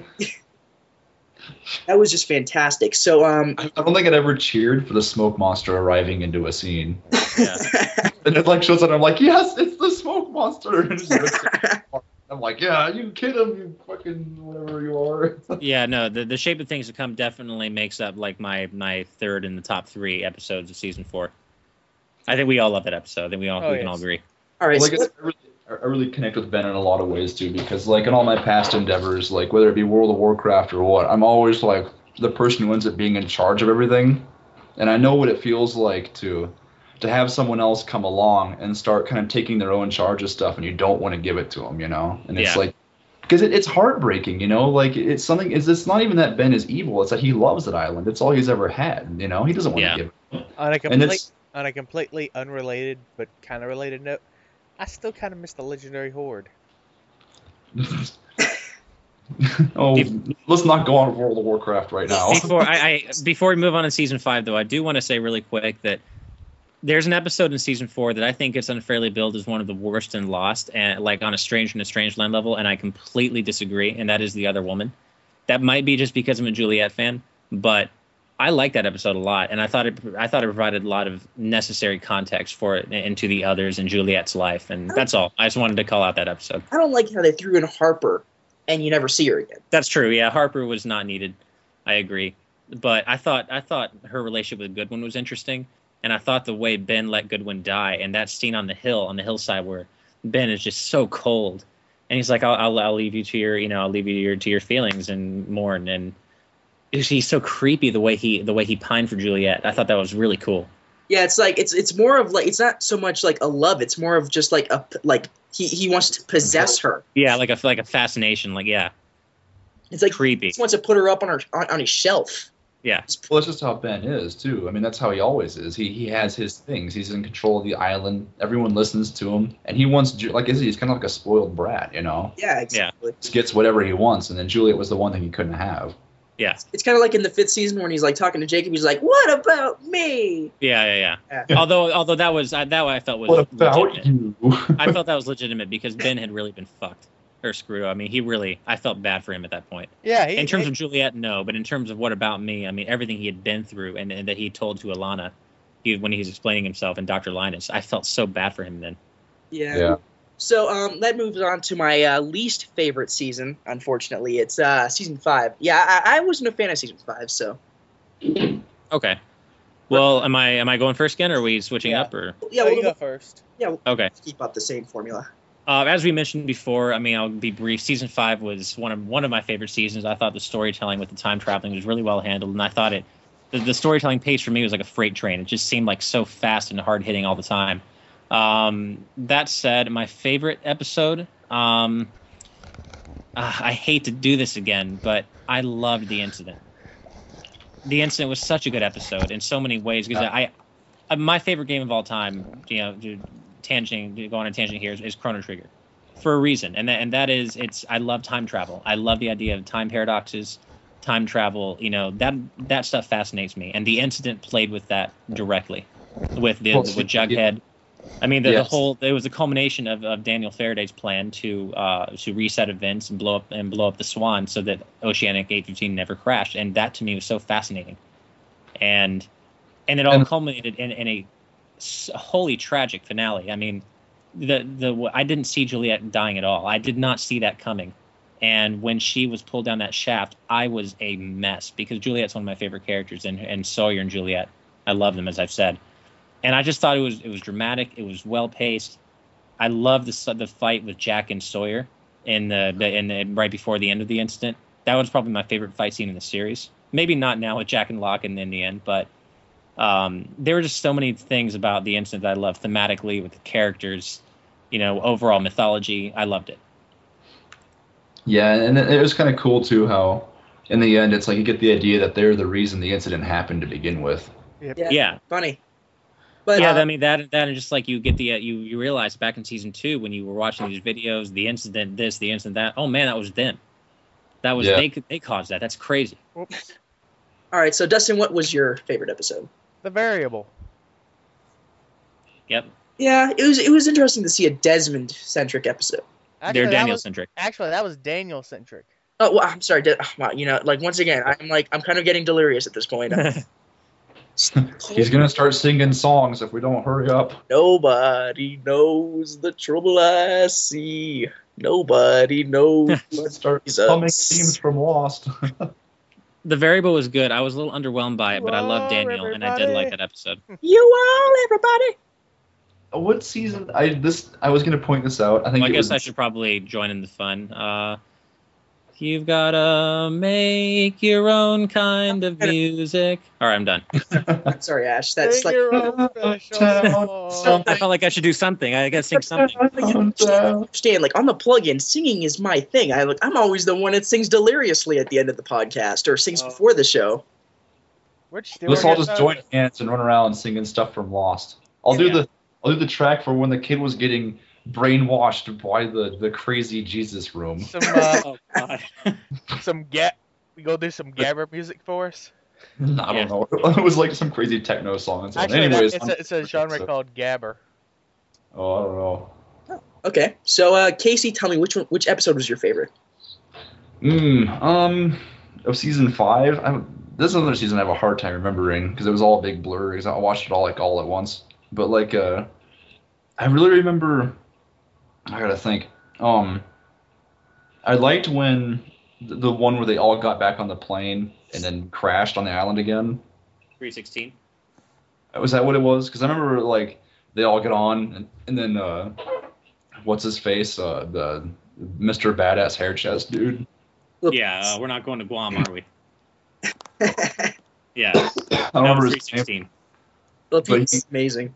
C: That was just fantastic. So um,
E: I don't think I'd ever cheered for the smoke monster arriving into a scene.
D: Yeah.
E: And it like shows up, and I'm like, yes, it's the smoke monster. And it's just- I'm like, yeah, you kid him, you fucking whatever you are.
D: yeah, no, the, the shape of things to come definitely makes up like my my third in the top three episodes of season four. I think we all love that episode. I think we all
F: Oh,
D: we can
F: yes.
D: all agree.
C: all right,
E: Like,
C: so
E: I, said, I really, I I really connect with Ben in a lot of ways too, because like in all my past endeavors, like whether it be World of Warcraft or what, I'm always like the person who ends up being in charge of everything, and I know what it feels like to to have someone else come along and start kind of taking their own charge of stuff, and you don't want to give it to them, you know, and it's
D: Yeah.
E: like. Because it, it's heartbreaking, you know. Like it's something. It's, it's not even that Ben is evil. It's that he loves that island. It's all he's ever had. You know. He doesn't want
D: Yeah.
E: to give.
F: On a
E: And
F: complete
E: it's
F: on a completely unrelated but kind of related note, I still kind of miss the legendary horde.
E: oh,
D: Be-
E: let's not go on with World of Warcraft right now.
D: Before I, I before we move on to season five, though, I do want to say really quick that there's an episode in season four that I think it's unfairly billed as one of the worst in Lost, and like on a strange and a strange land level, and I completely disagree. And that is the other woman. That might be just because I'm a Juliet fan, but I like that episode a lot, and I thought it I thought it provided a lot of necessary context for it and to the others in Juliet's life, and that's all. I just wanted to call out that episode.
C: I don't like how they threw in Harper and you never see her again.
D: That's true. Yeah, Harper was not needed. I agree. But I thought I thought her relationship with Goodwin was interesting, and I thought the way Ben let Goodwin die, and that scene on the hill on the hillside where Ben is just so cold, and he's like, "I'll I'll, I'll leave you to your you know I'll leave you to your to your feelings and mourn." And he's so creepy the way he the way he pined for Juliet. I thought that was really cool.
C: Yeah, it's like it's it's more of like it's not so much like a love. It's more of just like a like he he wants to possess her.
D: Yeah, like a like a fascination. Like yeah,
C: It's like he
D: creepy.
C: just wants to put her up on her on, on his shelf.
D: Yeah,
E: Well, that's just how Ben is too. I mean, that's how he always is. He he has his things. He's in control of the island. Everyone listens to him, and he wants Ju- like Izzy. He's kind of like a spoiled brat, you know.
C: Yeah, exactly.
E: Just gets whatever he wants, and then Juliet was the one thing he couldn't have.
C: It's kind of like in the fifth season when he's like talking to Jacob. He's like, "What about me?"
D: yeah, yeah, yeah.
C: Yeah.
D: although although that was I, that I felt was
E: What about
D: legitimate.
E: you?
D: I felt that was legitimate because Ben had really been fucked or screwed. I mean, he really, I felt bad for him at that point.
F: Yeah, he,
D: In terms of Juliet, no, but in terms of what about me? I mean, everything he had been through and, and that he told to Alana, he when he's explaining himself and Dr. Linus. I felt so bad for him then.
C: Yeah.
E: Yeah.
C: So um, that moves on to my uh, least favorite season. Unfortunately, it's uh, season five. Yeah, I, I wasn't a fan of season five, so
D: Okay. Well, am I am I going first again, or are we switching
F: Yeah.
D: up? Or
C: yeah,
F: Oh,
C: we'll,
F: you go first.
D: okay.
C: we'll keep up the same formula.
D: Uh, as we mentioned before, I mean, I'll be brief. Season five was one of one of my favorite seasons. I thought the storytelling with the time traveling was really well handled, and I thought it the, the storytelling pace for me was like a freight train. It just seemed like so fast and hard hitting all the time. Um, that said, my favorite episode. Um, ah, I hate to do this again, but I loved the incident. The incident was such a good episode in so many ways because I, I, my favorite game of all time. You know, dude, tangent to go on a tangent here is, is Chrono Trigger for a reason, and that, and that is it's I love time travel. I love the idea of time paradoxes, time travel. You know that that stuff fascinates me, and the incident played with that directly, with the
E: Well,
D: with
E: see, yeah.
D: Jughead. I mean, the, the
E: Yes.
D: whole it was the culmination of, of Daniel Faraday's plan to uh, to reset events and blow up and blow up the Swan so that Oceanic 815 never crashed, and that to me was so fascinating, and and it all
E: And-
D: culminated in, in a s- wholly tragic finale. I mean, the the I didn't see Juliet dying at all. I did not see that coming. And when she was pulled down that shaft, I was a mess because Juliet's one of my favorite characters, and, and Sawyer and Juliet, I love them as I've said. And I just thought it was it was dramatic. It was well paced. I love the s- the fight with Jack and Sawyer in the, the in the right before the end of the incident. That was probably my favorite fight scene in the series. Maybe not now with Jack and Locke in, in the end, but um, there were just so many things about the incident that I loved thematically with the characters, you know, overall mythology. I loved it.
E: Yeah, and it it was kind of cool too how in the end it's like you get the idea that they're the reason the incident happened to begin with.
C: Yeah.
D: Yeah.
C: Funny, but
D: yeah,
B: Um,
C: uh,
D: I mean that that and just like you get the uh, you you realize back in season two when you were watching these videos, the incident this, the incident that. Oh man, that was them. That was
E: Yeah.
D: they they caused that. That's crazy.
C: all right. So Dustin, what was your favorite episode?
B: The variable.
D: Yep,
C: Yeah, it was it was interesting to see a Desmond centric episode.
D: they're
B: that
D: Daniel
B: was-
D: centric.
B: Actually, that was Daniel centric.
C: Oh, well, I'm sorry. De- oh, wow, you know, like once again, I'm like I'm kind of getting delirious at this point.
E: He's gonna start singing songs if we don't hurry up.
C: Nobody knows the trouble I see. Nobody knows
E: Let's start
C: Jesus.
E: humming themes from Lost.
D: The variable was good. I was a little underwhelmed by it, but I love
B: Hello,
D: Daniel and I did
B: everybody.
D: like that episode.
C: You all, everybody.
E: what season? I this I was gonna point this out. I think
D: Well, I
E: it
D: guess
E: was
D: I should probably join in the fun. Uh, you've gotta make your own kind of music. All right, I'm done.
C: I'm sorry, Ash. That's
B: Sing
C: like
B: your own special song.
D: I felt like I should do something. I gotta sing something.
C: understand. Like on the plug-in, singing is my thing. I like I'm always the one that sings deliriously at the end of the podcast or sings
F: Oh.
C: before the show.
B: We're just
E: Let's all
B: doing
E: just
B: it.
E: join hands and run around singing stuff from Lost. I'll do
D: Yeah.
E: the I'll do the track for when the kid was getting brainwashed by the the crazy Jesus room.
B: some uh,
D: Oh, God.
B: some gap. We go do some gabber music for us.
E: I don't
D: Yeah.
E: know. It was like some crazy techno song. And so on.
B: Actually, that-
E: anyways,
B: it's,
E: I'm-
B: a, it's a genre
E: so-
B: called gabber.
E: Oh, I don't know.
C: Okay, so uh, Casey, tell me which one, which episode was your favorite?
E: Mm, um, of season five, I this is another season I have a hard time remembering because it was all a big blur. Because I watched it all like all at once. But like, uh, I really remember. I gotta think. Um, I liked when the, the one where they all got back on the plane and then crashed on the island again.
D: 316.
E: Was that what it was? Because I remember like they all get on and, and then uh, what's his face? Uh, the Mr. Badass hair chest dude.
D: Yeah, um, uh, we're not going to Guam, are we?
C: Little
D: Yeah,
E: I don't
D: that
E: remember
D: was
E: his name.
D: 316.
C: piece is amazing.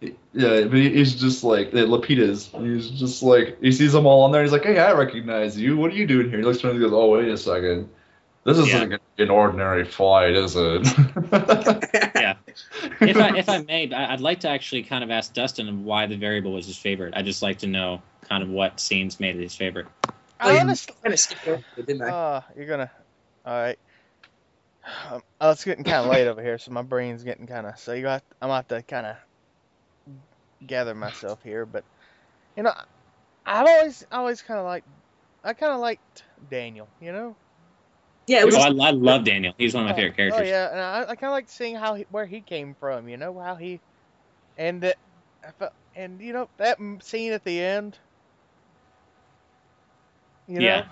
E: Yeah, but he- he's just like yeah, Lapita's. He's just like he sees them all on there. He's like, "Hey, I recognize you. What are you doing here?" He looks around and goes, "Oh, wait a second. This isn't
D: Yeah.
E: gonna be an ordinary flight, is it?"
D: Yeah. If I if I may, I- I'd like to actually kind of ask Dustin why the variable was his favorite. I'd just like to know kind of what scenes made it his favorite.
B: I
C: Like-
B: honestly,
C: kind of skipped over it, didn't I?
B: uh, you're gonna. All right. Um, oh, it's getting kind of late over here, so my brain's getting kind of. So you got, I'm gonna have to kind of gather myself here. But you know, I've always, always kind of liked. I kind of liked Daniel. You know,
C: Yeah, it was
D: Oh, I, I love Daniel. He's one of my favorite characters.
B: Oh yeah, and I, I kind of like seeing how he, where he came from. You know how he, and that, I felt, and you know that m- scene at the end. You
D: Yeah.
B: Know,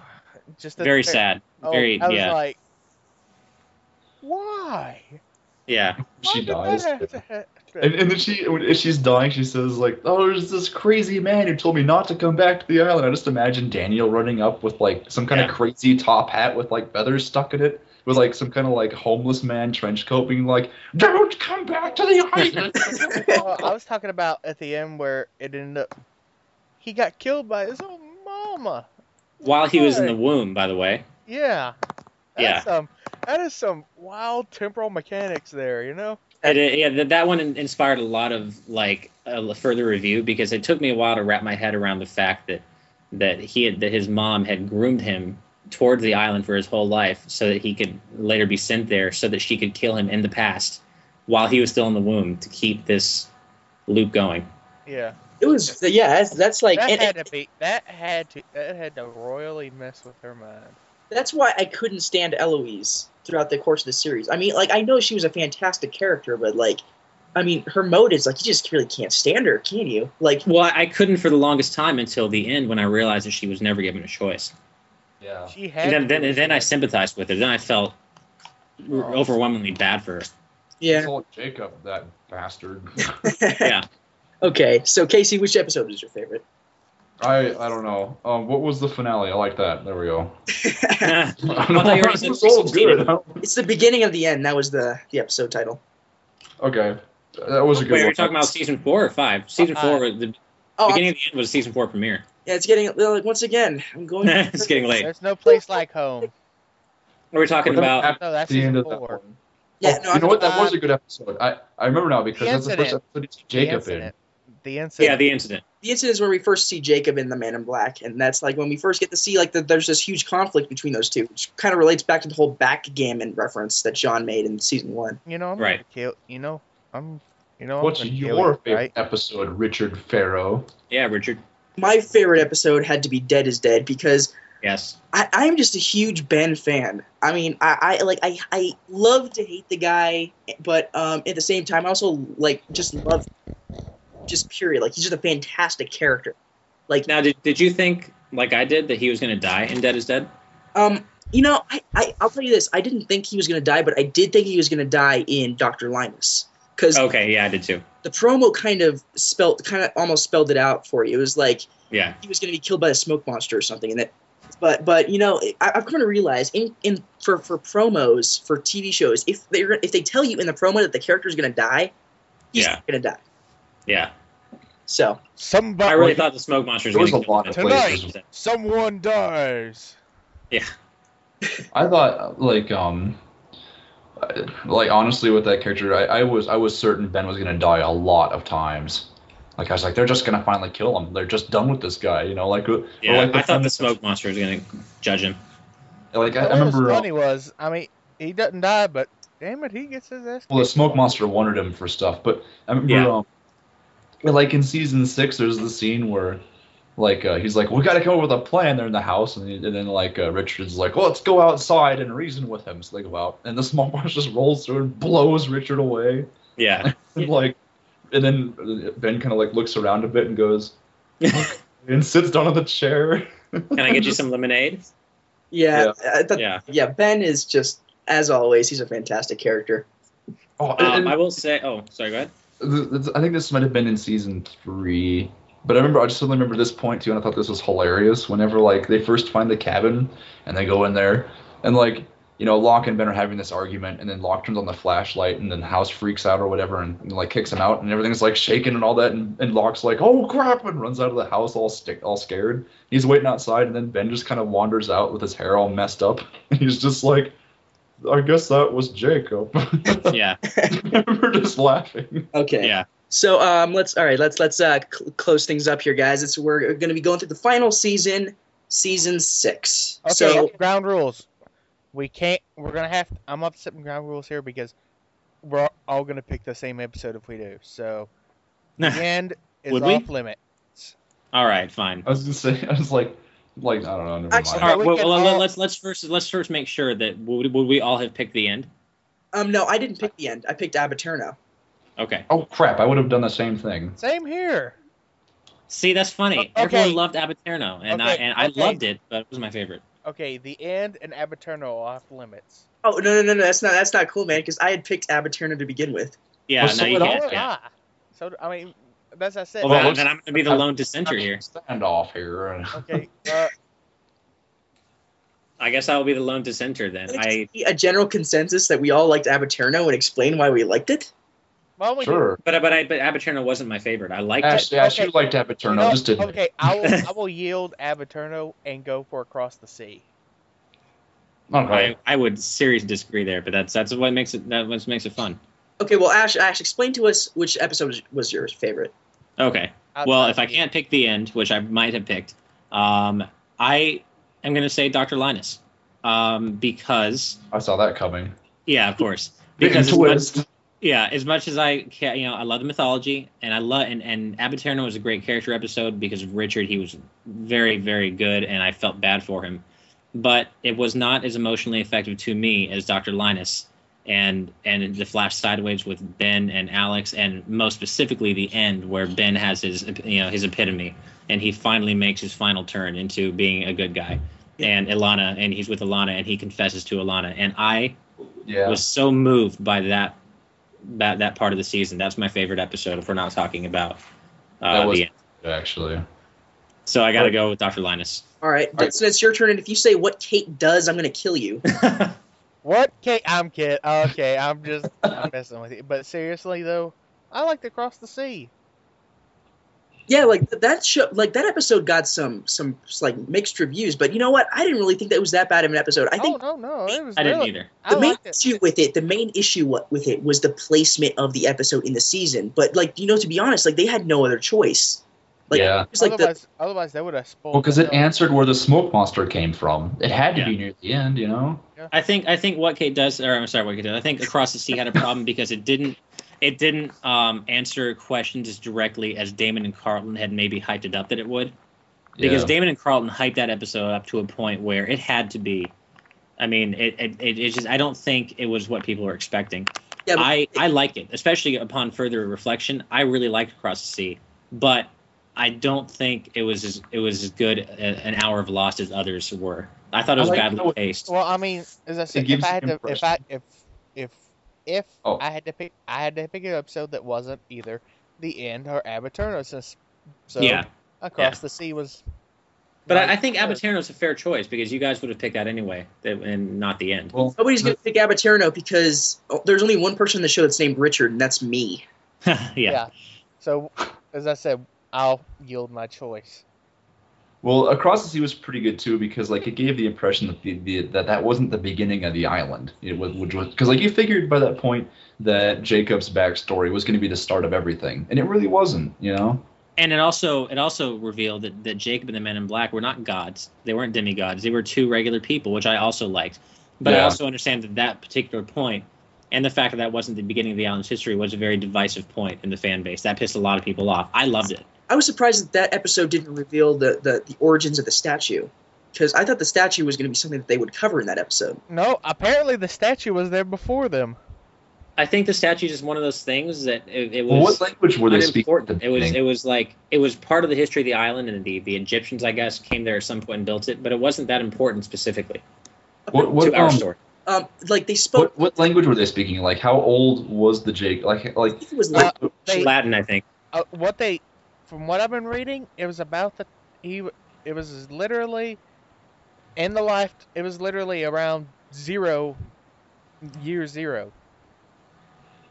B: just at the
D: Very
B: fair-
D: sad.
B: Oh,
D: Very
B: I was
D: yeah.
B: like, why?
D: yeah.
E: She
B: Why did
E: dies.
B: That have to happen?
E: And, and then she, when- if she's dying, she says like, "Oh, there's this crazy man who told me not to come back to the island." I just imagine Daniel running up with like some kind
D: Yeah.
E: of crazy top hat with like feathers stuck in it, with like some kind of like homeless man trench coat, being like, "Don't come back to the island."
B: Well, I was talking about at the end where it ended up. He got killed by his own mama.
D: While he was in the
B: Why?
D: womb, by the way.
B: Yeah. That's
D: Yeah.
B: Some, that is some wild temporal mechanics there, you know?
D: It, it- uh, yeah, that, that one in- inspired a lot of like a further review because it took me a while to wrap my head around the fact that that he had, that his mom had groomed him towards the island for his whole life so that he could later be sent there so that she could kill him in the past while he was still in the womb to keep this loop going.
B: Yeah.
C: it was yeah. That's, that's like
B: that
C: and-
B: had
C: and-
B: to be. That had to. That had to royally mess with her mind.
C: that's why I couldn't stand Eloise throughout the course of the series. I mean, like I know she was a fantastic character, but like, I mean, her motives like you just really can't stand her, can you? Like,
D: Well, I couldn't for the longest time until the end when I realized that she was never given a choice.
E: yeah.
B: She had.
D: Oh.
B: to
D: And then, then,
B: be-
D: and then I sympathized with her. Then I felt overwhelmingly bad for her.
C: yeah.
E: Insult Jacob, that bastard.
D: Yeah.
C: okay, so Casey, which episode is your favorite?
E: I I don't know. Um, what was the finale? I like that. There we go.
D: it's
E: I don't know.
D: thought you already
E: This
D: said
E: is all
D: 316.
E: good. I don't-
C: It's the beginning of the end. That was the the episode title.
E: Okay, that was a good
D: Wait,
E: one.
D: we're talking about season four or five? Season four, was the
C: Oh, I'm-
D: beginning of the end was season four premiere.
C: yeah. It's getting like, once again. I'm going.
D: it's getting late.
B: There's no place like home.
D: We're talking
E: Whatever
D: about
E: happened
B: No,
E: at
B: that's
E: the
B: season
E: end of that
B: four.
E: one.
C: Yeah,
E: Oh,
C: no,
E: you know
C: I'm,
E: what? That was a good episode. I, I remember now because
B: The
E: that's the first
B: incident.
E: episode it's
B: The
E: Jacob in.
B: incident. The incident.
D: yeah the incident.
C: the incident is where we first see Jacob and the Man in Black, and that's like when we first get to see like the, there's this huge conflict between those two, which kind of relates back to the whole backgammon reference that John made in season one.
B: You know, I'm
D: Right.
B: gonna kill. You know, I'm. You know, I'm
E: What's
B: gonna kill
E: your
B: you,
E: favorite
B: right?
E: episode, Richard Farrow?
D: Yeah, Richard.
C: My favorite episode had to be Dead is Dead because
D: Yes.
C: I, I'm just a huge Ben fan. I mean, I, I like I, I love to hate the guy, but um, at the same time, I also like just love just period. Like he's just a fantastic character. Like
D: Now, did, did you think like I did that he was going to die in Dead is Dead?
C: Um, you know, I, I I'll tell you this. I didn't think he was gonna die, but I did think he was gonna die in Doctor Linus because
D: Okay, yeah, I did too.
C: the promo kind of spelled, kind of almost spelled it out for you. It was like
D: Yeah,
C: he was gonna be killed by a smoke monster or something, and that. But but you know, I, I've come to realize in in for for promos for TV shows, if they are if they tell you in the promo that the character is gonna die, he's
D: Yeah.
C: not gonna die.
D: yeah.
C: So
D: I
B: Somebody.
D: really thought the smoke monster was
E: There
D: going
E: was
D: to
E: a lot of
B: Tonight.
E: places.
B: Someone dies.
E: I thought like um, uh, like honestly with that character, I, I was I was certain Ben was gonna die a lot of times. Like I was like, they're just gonna finally kill him. They're just done with this guy, you know. Like, or
D: Yeah,
E: like
D: I thought the smoke monster was going to judge him.
E: Like I,
B: What
E: I remember.
B: was
E: uh,
B: funny was, I mean, he doesn't die, but damn it, he gets his ass.
E: Well, the
B: kicked.
E: smoke monster wanted him for stuff, but I remember,
D: Yeah.
E: um, like in season six, there's the scene where, like, uh, he's like, "We got to come up with a plan." They're in the house, and, and then like uh, Richard's like, "Well, let's go outside and reason with him." So they go out, and the smoke monster just rolls through and blows Richard away,
D: Yeah,
E: and like, and then Ben kind of like looks around a bit and goes, and sits down on the chair.
D: can I get you some lemonade?
C: yeah, I thought- yeah.
D: Yeah.
C: Ben is just as always, he's a fantastic character.
E: Oh, and-
D: Um,
E: and-
D: I will say. Oh, sorry. Go ahead.
E: Th- th- I think this might have been in season three, but I remember I just suddenly remember this point too, and I thought this was hilarious. Whenever like they first find the cabin and they go in there, and like you know Locke and Ben are having this argument, and then Locke turns on the flashlight, and then House freaks out or whatever, and, and, like kicks him out, and everything's like shaking and all that, and, and Locke's like oh crap, and runs out of the house all stick all scared. He's waiting outside, and then Ben just kind of wanders out with his hair all messed up, and he's just like, I guess that was Jacob.
D: Yeah,
E: I remember just laughing.
C: Okay.
D: yeah.
C: So um, let's all right. Let's let's uh, cl- close things up here, guys. It's we're going to be going through the final season, season six.
B: Okay,
C: So
B: ground rules. We can't. We're gonna have. I'm up to set some ground rules here because we're all gonna pick the same episode if we do. So the end is
D: Would we?
B: off limit.
D: All right, fine.
E: I was gonna say, I was like, Like I don't know. Never
C: Actually,
E: mind.
D: All
C: That
D: right.
C: would
D: Well,
C: get
D: well,
C: all-
D: let's let's first let's first make sure that would, would we all have picked the end?
C: Um, no, I didn't pick the end. I picked Abaterno.
D: Okay.
E: Oh crap! I would have done the same thing.
B: Same here.
D: See, that's funny.
B: O- okay.
D: Everyone loved Abaterno, and I
B: Okay,
D: and I
B: okay.
D: loved it, but it was my favorite.
B: Okay, the end and Abaterno are off limits.
C: Oh no no no no! That's not that's not cool, man. Because I had picked Abaterno to begin with.
D: Yeah.
E: Well, so
D: no, you
E: would
D: can't.
E: I.
D: yeah.
B: Ah, so I mean, that's I said.
D: Well,
E: Well,
D: then,
E: looks-
D: then I'm going to be the lone dissenter here.
E: Standoff here.
B: okay, uh,
D: I guess I will be the lone dissenter then. I
C: Be a general consensus that we all liked Abaterno and explain why we liked it.
B: why don't we do-
E: Sure.
D: but but I but Abaterno wasn't my favorite. I liked it.
E: Ashley, I should
B: Okay.
E: like to have
B: you
E: Paterno.
B: know,
E: just didn't.
B: okay, I will I will yield Abaterno and go for across the sea.
E: Okay.
D: I, I would seriously disagree there, but that's that's what makes it that what makes it fun.
C: Okay, well, Ash, Ash, explain to us which episode was, was your favorite.
D: Okay.
B: Outside
D: Well,
B: of
D: if I
B: the-
D: can't pick the end, which I might have picked, um, I am going to say Dr. Linus, um, because
E: I saw that coming.
D: yeah, of course,
E: Big
D: because as much,
E: twist.
D: yeah, as much as I can, you know, I love the mythology, and I love and and Abaterno was a great character episode because of Richard. He was very very good, and I felt bad for him, but it was not as emotionally effective to me as Dr. Linus. And and the flash sideways with Ben and Alex, and most specifically the end where Ben has his you know his epitome, and he finally makes his final turn into being a good guy, and Ilana, and he's with Ilana, and he confesses to Ilana, and I
E: Yeah.
D: was so moved by that that that part of the season. That's my favorite episode. If we're not talking about uh,
E: That was-
D: the end,
E: Actually.
D: so I got to go with Doctor Linus.
C: All right, Dixon, it's your turn, and if you say what Kate does, I'm gonna kill you.
B: What? Kate? I'm kid. Okay, I'm just I'm messing with you. But seriously though, I like to cross the sea.
C: yeah, like th- that show, like that episode got some some like mixed reviews, but you know what? I didn't really think that was that bad of an episode. I think
B: oh no, no, it was.
D: I didn't
B: really-
D: either.
B: Oh, I
C: the main
B: liked it.
C: issue with it, the main issue wa- with it was the placement of the episode in the season. But like you know, to be honest, like they had no other choice. Like
E: yeah.
C: it was like the
B: otherwise, otherwise they would have spoiled.
E: Well, because
B: the uh,
E: it
B: hell-
E: answered where the smoke monster came from. It had to
D: Yeah.
E: be near the end, you know.
D: I think I think what Kate does, or I'm sorry, what Kate does. I think Across the Sea had a problem because it didn't it didn't um, answer questions as directly as Damon and Carlton had maybe hyped it up that it would. because
E: yeah.
D: Damon and Carlton hyped that episode up to a point where it had to be. I mean, it it, it it's just I don't think it was what people were expecting.
C: yeah, but
D: I, I like it, especially upon further reflection. I really liked Across the Sea, but I don't think it was as, it was as good a, an hour of Lost as others were. I thought it
E: I
D: was
E: like
D: badly
E: how it-
D: paced.
B: Well, I mean, as I said, if
E: gives
B: I had
E: the
B: to, if I
E: impression.
B: if if if
E: Oh.
B: I had to pick, I had to pick an episode that wasn't either the end or Abaterno, since so
D: yeah,
B: across
D: yeah.
B: the sea was.
D: but
B: like,
D: I, I think
B: yeah.
D: Abaterno's a fair choice because you guys would have picked that anyway, that, and not the end.
E: Well,
C: nobody's gonna pick Abaterno because oh, there's only one person in the show that's named Richard, and that's me.
D: yeah.
B: So, as I said, I'll yield my choice.
E: well, Across the Sea was pretty good too because like it gave the impression that the, the that that wasn't the beginning of the island. It was which was because like you figured by that point that Jacob's backstory was going to be the start of everything, and it really wasn't, you know.
D: And it also it also revealed that, that Jacob and the Men in Black were not gods. They weren't demigods. They were two regular people, which I also liked. But I
E: Yeah.
D: also understand that that particular point and the fact that that wasn't the beginning of the island's history was a very divisive point in the fan base. That pissed a lot of people off. I loved it.
C: I was surprised that that episode didn't reveal the, the, the origins of the statue, because I thought the statue was going to be something that they would cover in that episode.
B: No, apparently the statue was there before them.
D: I think the statue is one of those things that it, it
E: Well,
D: was
E: what language were they speaking? at the
D: unimportant. It was
E: beginning?
D: it was like it was part of the history of the island, and the the Egyptians, I guess, came there at some point and built it. But it wasn't that important specifically
E: what, what,
D: to our
E: um,
D: story.
C: Um, like they spoke,
E: what what language were they speaking? Like how old was the Jake? Like
C: I
E: like
C: think it was
B: Uh,
C: like
B: They,
D: Latin, I think.
B: uh, what they, from what I've been reading, it was about the he. It was literally, in the life, it was literally around zero, year zero.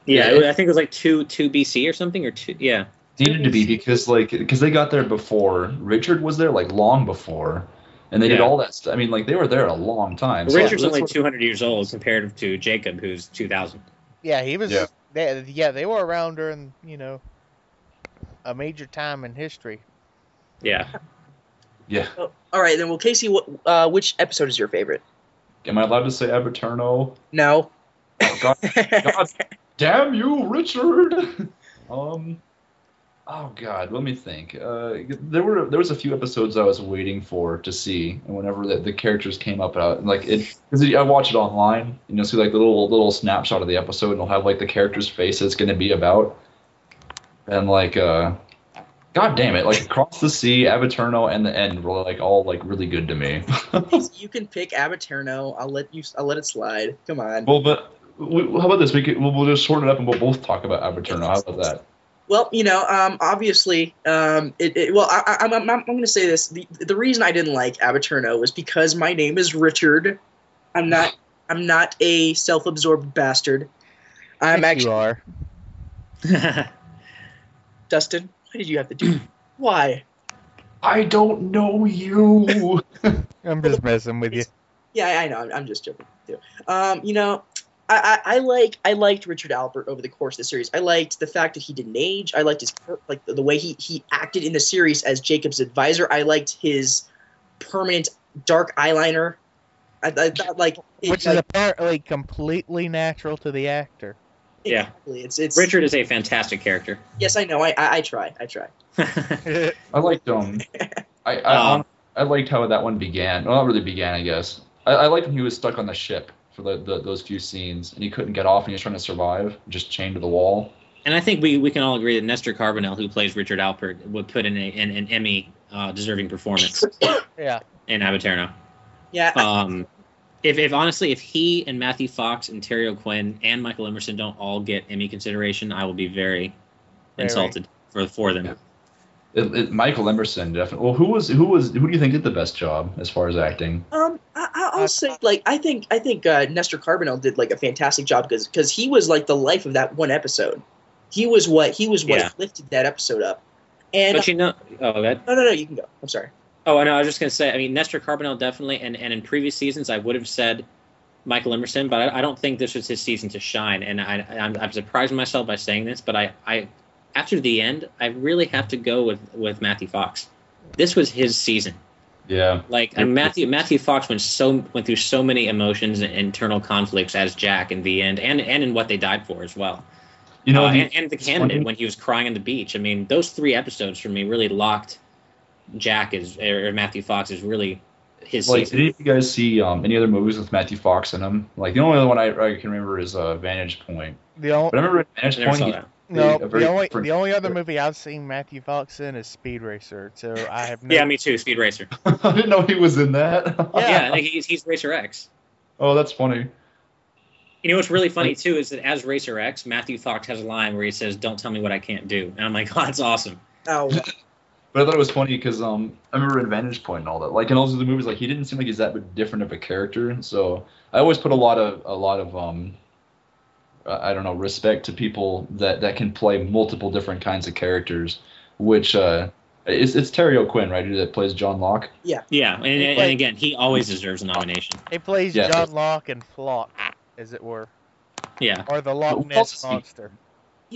D: Yeah,
E: Yeah.
D: it was- I think it was like two two BC or something or two. Yeah,
E: needed to be
B: BBC.
E: because like because they got there before Richard was there like long before, and they did
D: Yeah.
E: all that stuff. I mean like they were there a long time. so
D: Richard's
E: that's
D: only
E: what-
D: two hundred years old compared to Jacob, who's two thousand.
B: Yeah, he was.
E: Yeah.
B: They, yeah, they were around during you know, a major time in history.
D: Yeah,
E: Yeah.
C: Oh, all right, then. Well, Casey, what, uh, which episode is your favorite?
E: Am I allowed to say Abaterno?
C: No.
E: God, God damn you, Richard! um, Oh God, let me think. Uh, there were there was a few episodes I was waiting for to see, and whenever the, the characters came up out, like it, cause I watch it online, and you'll see like the little little snapshot of the episode, and it'll have like the character's face it's going to be about, and like, uh, God damn it, like across the sea, Abaterno and the end were like all like really good to me.
C: you can pick Abaterno. I'll let you. I'll let it slide. Come on.
E: well, but we, how about this? We could, we'll, we'll just sort it up, and we'll both talk about Abaterno. How about that?
C: Well, you know, um, obviously, um, it, it, well, I, I, I'm, I'm, I'm going to say this. The, the reason I didn't like Abaterno was because my name is Richard. I'm not. I'm not a self-absorbed bastard. I'm
G: Yes,
C: actually
G: you are.
C: Dustin. Why did you have to do? Why?
E: I don't know you.
G: I'm just messing with you.
C: Yeah, I- I know. I'm, I'm just joking too. Um, you know, I, I, I like I liked Richard Albert over the course of the series. I liked the fact that he didn't age. I liked his per- like the, the way he he acted in the series as Jacob's advisor. I liked his permanent dark eyeliner. I, I thought like it-
G: Which is
C: like,
G: apparently completely natural to the actor.
D: Yeah.
C: exactly. It's it's
D: Richard is a fantastic character.
C: Yes, I know. I I, I try. I try.
E: I liked um, I I,
D: Um,
E: I liked how that one began. Well, not really began, I guess. I, I liked when he was stuck on the ship for the, the those few scenes, and he couldn't get off, and he was trying to survive, just chained to the wall.
D: and I think we, we can all agree that Nestor Carbonell, who plays Richard Alpert, would put in a, an, an Emmy uh, deserving performance
B: Yeah.
D: in Abaterno.
C: Yeah. I-
D: Um, if, if honestly, if he and Matthew Fox and Terry O'Quinn and Michael Emerson don't all get Emmy consideration, I will be very,
B: Very.
D: insulted for for them.
E: It, it, Michael Emerson definitely. Well, who was who was who do you think did the best job as far as acting?
C: um, I, I- I'll
G: Uh,
C: say like I think I think uh, Nestor Carbonell did like a fantastic job because he was like the life of that one episode. He was what he was what
D: Yeah.
C: lifted that episode up. And uh,
D: But you know, oh, that
C: no, no, no, you can go. I'm sorry.
D: Oh, I know. I was just going to say, I mean, Nestor Carbonell definitely, and, and in previous seasons, I would have said Michael Emerson, but I, I don't think this was his season to shine. And I, I'm, I'm surprised myself by saying this, but I, I, after the end, I really have to go with, with Matthew Fox. This was his season.
E: Yeah,
D: Like and Matthew Matthew Fox went so went through so many emotions and internal conflicts as Jack in the end, and and in what they died for as well.
E: you know,
D: Uh,
E: the-
D: and, and the candidate when he was crying on the beach. I mean, those three episodes for me really locked Jack is or Matthew Fox is really his
E: like
D: season.
E: did you guys see um, any other movies with Matthew Fox in them? Like the only other one I, I can remember is uh, Vantage Point.
G: The only
E: But I remember
D: I
E: Vantage
D: never saw
E: Point.
D: that.
G: no,
E: a very
G: the only
E: different-
G: the only other movie I've seen Matthew Fox in is Speed Racer. So I have no.
D: Yeah, me too. Speed Racer.
E: I didn't know he was in that.
D: Yeah, like, he's he's Racer X.
E: oh, that's funny.
D: You know what's really funny too is that as Racer X, Matthew Fox has a line where he says, "Don't tell me what I can't do," and I'm like, "Oh, that's awesome."
C: Oh,
E: But I thought it was funny because um, I remember in Vantage Point and all that. Like in all those other movies, like he didn't seem like he's that bit different of a character. So I always put a lot of a lot of um, I I don't know, respect to people that that can play multiple different kinds of characters. Which uh, it's it's Terry O'Quinn, right, that plays John Locke.
D: Yeah, and, and,
G: Like-
D: again, he always deserves a nomination.
G: He plays
E: Yeah.
G: John Locke and Flock, as it were,
D: Yeah,
G: or the
E: Who
G: Loch Ness
E: else is he-
G: monster.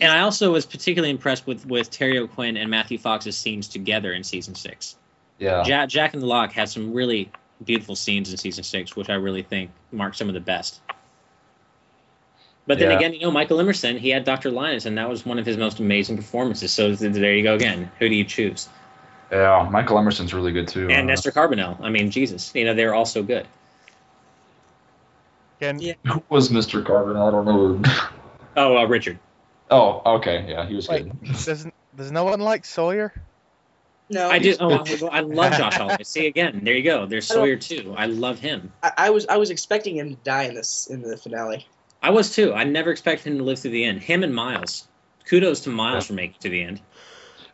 D: and I also was particularly impressed with with Terry O'Quinn and Matthew Fox's scenes together in season six.
E: Yeah.
D: Jack, Jack and the Lock had some really beautiful scenes in season six, which I really think marked some of the best. But then
E: Yeah.
D: again, you know, Michael Emerson, he had Dr. Linus, and that was one of his most amazing performances. So th- there you go again. Who do you choose?
E: Yeah. Michael Emerson's really good too.
D: And
E: Uh,
D: Nestor Carbonell. I mean, Jesus, you know, they're all so good.
G: Can
C: Yeah.
E: who was Mr. Carbon? I don't know.
D: Oh, uh, Richard.
E: oh, okay. Yeah, he was
G: Wait.
E: good.
G: does does no one like Sawyer?
C: no,
D: I do. Oh, I, I love Josh Holloway. See again, there you go. There's
C: I don't-
D: Sawyer too. I love him.
C: I, I was I was expecting him to die in this in the finale.
D: I was too. I never expected him to live through the end. Him and Miles. Kudos to Miles for making it to the end.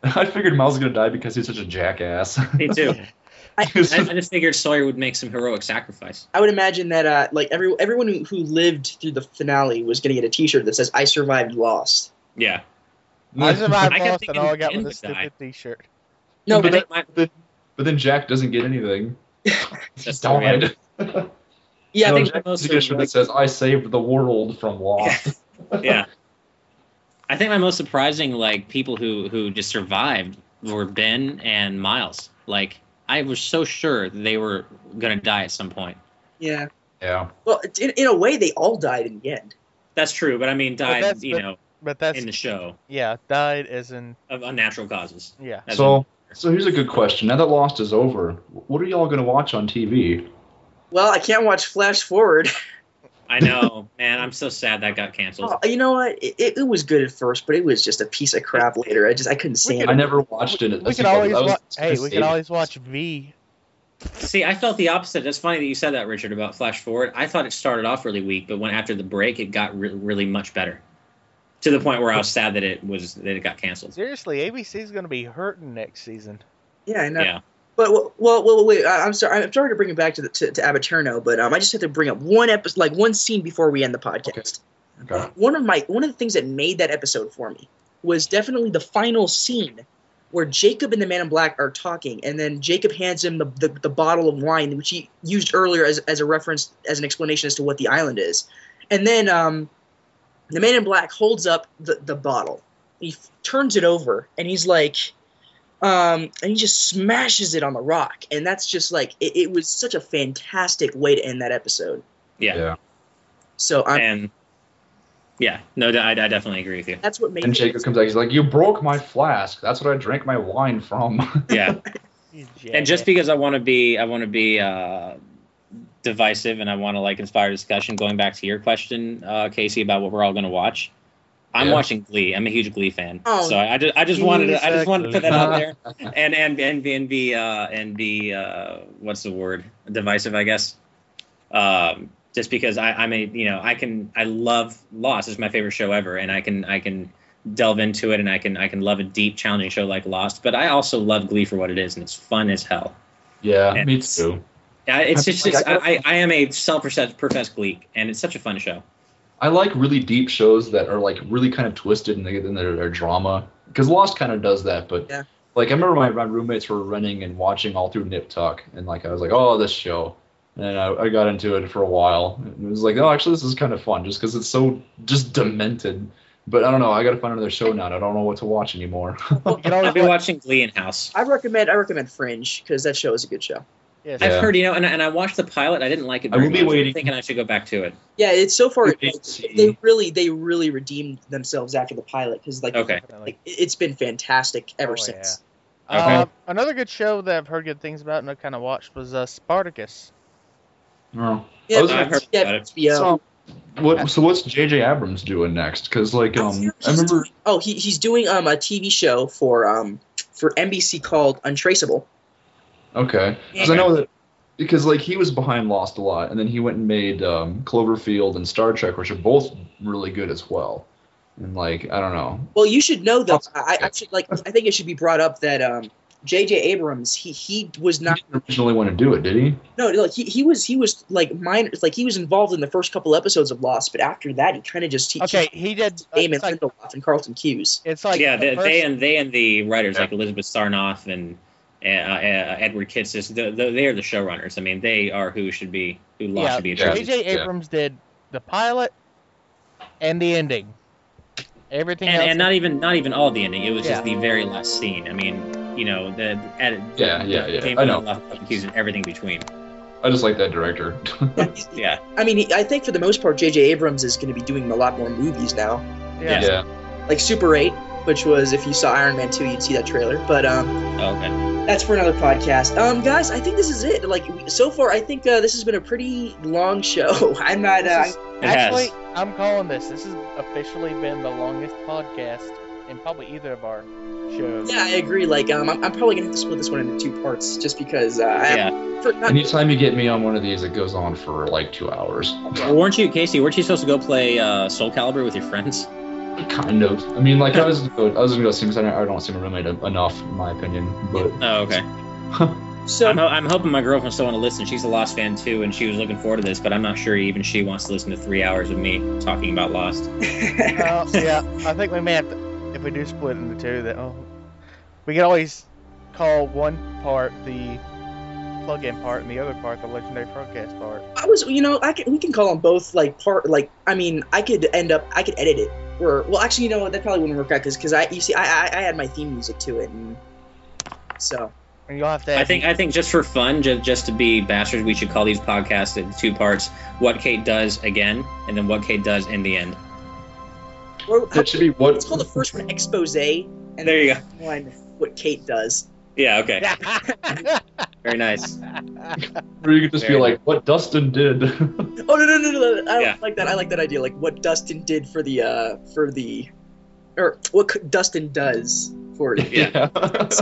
E: I figured Miles was gonna die because he's such a jackass.
D: Me too.
E: He was
D: I, I
E: such-
D: just figured Sawyer would make some heroic sacrifice.
C: I would imagine that uh, like every everyone who- who lived through the finale was going to get a T-shirt that says "I survived Lost."
D: Yeah.
G: I survived
D: I
G: lost,
D: kept
G: and
D: thinking
G: all I got
D: Ken
G: was a
D: would die.
G: stupid T-shirt.
C: No,
D: I
C: but
D: think my,
E: But then Jack doesn't get anything. He
D: That's the reality.
E: died.
C: yeah,
D: I
E: No,
D: think
E: Jack
D: the most
E: is a shirt that says "I saved the world from loss."
D: yeah. I think my most surprising like people who who just survived were Ben and Miles. Like I was so sure they were gonna die at some point.
C: yeah.
E: yeah.
C: Well, in, in a way, they all died in the end.
D: That's true, but I mean, died.
G: that's-
D: you know,
G: But that's
D: in the show
G: yeah, died as in
D: of unnatural causes.
G: yeah.
D: As
E: So, so here's a good question. Now that Lost is over, what are y'all going to watch on TV?
C: Well, I can't watch Flash Forward.
D: in- I know, man. I'm so sad that got canceled.
C: Oh, you know what? It, it, it was good at first, but it was just a piece of crap later. I just I couldn't
G: We
C: stand
E: I
C: it.
E: never watched it.
G: We
E: That's
G: could
E: because
G: always
E: I was
G: wa- hey, we
E: devastated.
G: could always watch V.
D: See, I felt the opposite. It's funny that you said that, Richard, about Flash Forward. I thought it started off really weak, but when after the break, it got re- really much better. To the point where I was sad that it was that it got canceled.
G: Seriously, ABC's gonna be hurting next season.
C: Yeah, I know.
D: Yeah.
C: But well, well, well wait. I, I'm sorry. I'm sorry to bring it back to the, to, to Abaterno, but um, I just have to bring up one episode, like one scene before we end the podcast.
E: Okay.
C: One of my one of the things that made that episode for me was definitely the final scene where Jacob and the Man in Black are talking, and then Jacob hands him the, the, the bottle of wine, which he used earlier as, as a reference, as an explanation as to what the island is. And then um, the Man in Black holds up the, the bottle. He f- turns it over, and he's like, um, and he just smashes it on the rock. And that's just like, it, it was such a fantastic way to end that episode.
D: Yeah.
E: Yeah.
C: So I'm,
D: And yeah, no, I, I definitely agree with you.
C: that's what made
E: And
C: it-
E: Jacob comes out. He's like, "You broke my flask. That's what I drank my wine from."
D: Yeah.
G: You
D: and just
G: jackass.
D: because I want to be, I want to be uh, divisive, and I want to like inspire discussion. Going back to your question, uh, Casey, about what we're all going to watch, I'm
E: Yeah.
D: watching Glee. I'm a huge Glee fan,
C: Oh,
D: so I, I just, I just wanted, to, I just wanted to put that out there,
E: exactly.
D: and and and be and be, uh, and be uh, what's the word? Divisive, I guess. Um, just because I, I'm a, you know, I can, I love Lost. It's my favorite show ever, and I can, I can delve into it and I can I can love a deep challenging show like Lost but I also love Glee for what it is and it's fun as hell
E: yeah,
D: And-
E: me too.
D: yeah, it's
E: I-
D: just,
E: like,
D: just
E: I
D: I,
E: don't-
D: I, I am a self-professed professed Gleek, and it's such a fun show.
E: I like really deep shows that are like really kind of twisted in, the, in their, their drama because Lost kind of does that. But
C: Yeah.
E: like I remember my, my roommates were running and watching all through Nip Tuck, and like I was like, oh, this show. And I, I got into it for a while. And it was like, oh, actually, this is kind of fun just because it's so just demented. But I don't know. I got to find another show now. And I don't know what to watch anymore.
G: you can
D: I've
G: always
D: been
G: watch,
D: watching Glee in house.
C: I recommend I recommend Fringe because that show is a good show.
G: yes,
E: Yeah.
D: I've heard, you know, and, I- and I watched the pilot. I didn't like it.
E: I
D: Very
E: will
D: much.
E: be
D: I'm
E: waiting.
D: thinking I should go back to it.
C: Yeah, it's so far.
E: Okay.
C: Like, they really they really redeemed themselves after the pilot because like,
D: Okay.
C: like, it- it's been fantastic ever
G: Oh,
C: since.
D: Okay.
G: Um, another good show that I've heard good things about and I kind of watched was uh, Spartacus.
E: Yeah.
C: Yeah,
E: I was
C: but-
E: gonna-
D: I've heard
C: yeah,
D: about it.
C: HBO.
E: So, what, so what's J.J. Abrams doing next? Because like um, I remember
C: Oh, he, he's doing um a TV show for um for NBC called Untraceable.
E: Okay. Because I know that because like he was behind Lost a lot, and then he went and made um, Cloverfield and Star Trek, which are both really good as well. And like I don't know.
C: Well, you should know though. I,
E: Oh,
C: I
E: okay.
C: should like I think it should be brought up that um J.J. Abrams he he was
E: He
C: not
E: didn't originally want to do it, did he?
C: no like he, he was he was like minor like he was involved in the first couple episodes of Lost, but after that he kind of just he,
G: Okay, he did. uh,
C: he, Damon
G: it's like,
C: Lindelof and Carlton Cuse.
G: it's like
D: yeah,
G: the
D: they,
G: first-
D: they and they and the writers
E: Yeah.
D: like Elizabeth Sarnoff and uh, uh, Edward Kitsis, the, the, they are the showrunners. I mean, they are who should be who Lost
G: Yeah,
D: should be.
E: Yeah.
D: attributed
G: J.J.
E: Yeah.
G: Abrams did the pilot and the ending.
D: to.
G: Everything
D: And,
G: else.
D: and not even not even all the ending. It was just
G: Yeah.
D: the very last scene. I mean, you know, the edit.
E: Yeah, yeah, yeah.
D: Damon
E: I know.
D: Lindelof, Hughes, and everything between.
E: I just like that director.
D: Yeah.
C: I mean, he, I think for the most part, J.J. Abrams is going to be doing a lot more movies now,
G: yeah.
E: yeah.
C: like Super 8, which was if you saw Iron Man 2, you'd see that trailer. But um,
D: Oh, Okay.
C: that's for another podcast. Um, guys, I think this is it. Like we- so far, I think uh, this has been a pretty long show. I'm not. Uh,
G: This is-
D: It
G: actually,
D: has.
G: I'm calling this. This has officially been the longest podcast in probably either of our shows.
C: yeah, I agree. Like um, I'm, I'm probably going to have to split this one into two parts just because uh, I for, not,
E: Anytime you get me on one of these, it goes on for like two hours.
D: Well, weren't you, Casey? Weren't you supposed to go play uh, Soul Calibur with your friends?
E: Kind of. I mean, like I was I was gonna go see because I don't, I don't see my roommate en- enough, in my opinion. But
D: Oh, okay.
C: so
D: I'm, ho- I'm hoping my girlfriend's still want to listen. She's a Lost fan too, and she was looking forward to this, but I'm not sure even she wants to listen to three hours of me talking about Lost.
G: Uh, yeah, I think we may have to, if we do split into two, that oh, we can always call one part the plug-in part and the other part the legendary broadcast part.
C: I was, you know, I can, we can call them both like part. Like, I mean, I could end up, I could edit it. Or, well, actually, you know, what, that probably wouldn't work out because, because I, you see, I, I, I had my theme music to it, and so
G: And you'll have to.
D: I
G: add-
D: think I think just for fun, just, just to be bastards, we should call these podcasts in two parts: what Kate does again, and then what Kate does in the end.
C: Or, how,
E: That should be what.
C: let's call the first one expose, and
D: There you go.
C: one what Kate does.
D: Yeah. Okay. Very nice.
E: Or you could just be
D: Very
E: like, what Dustin did.
C: Oh no no no no! no. I
D: Yeah.
C: like that. I like that idea. Like what Dustin did for the uh for the, or what c- Dustin does for it.
D: Yeah.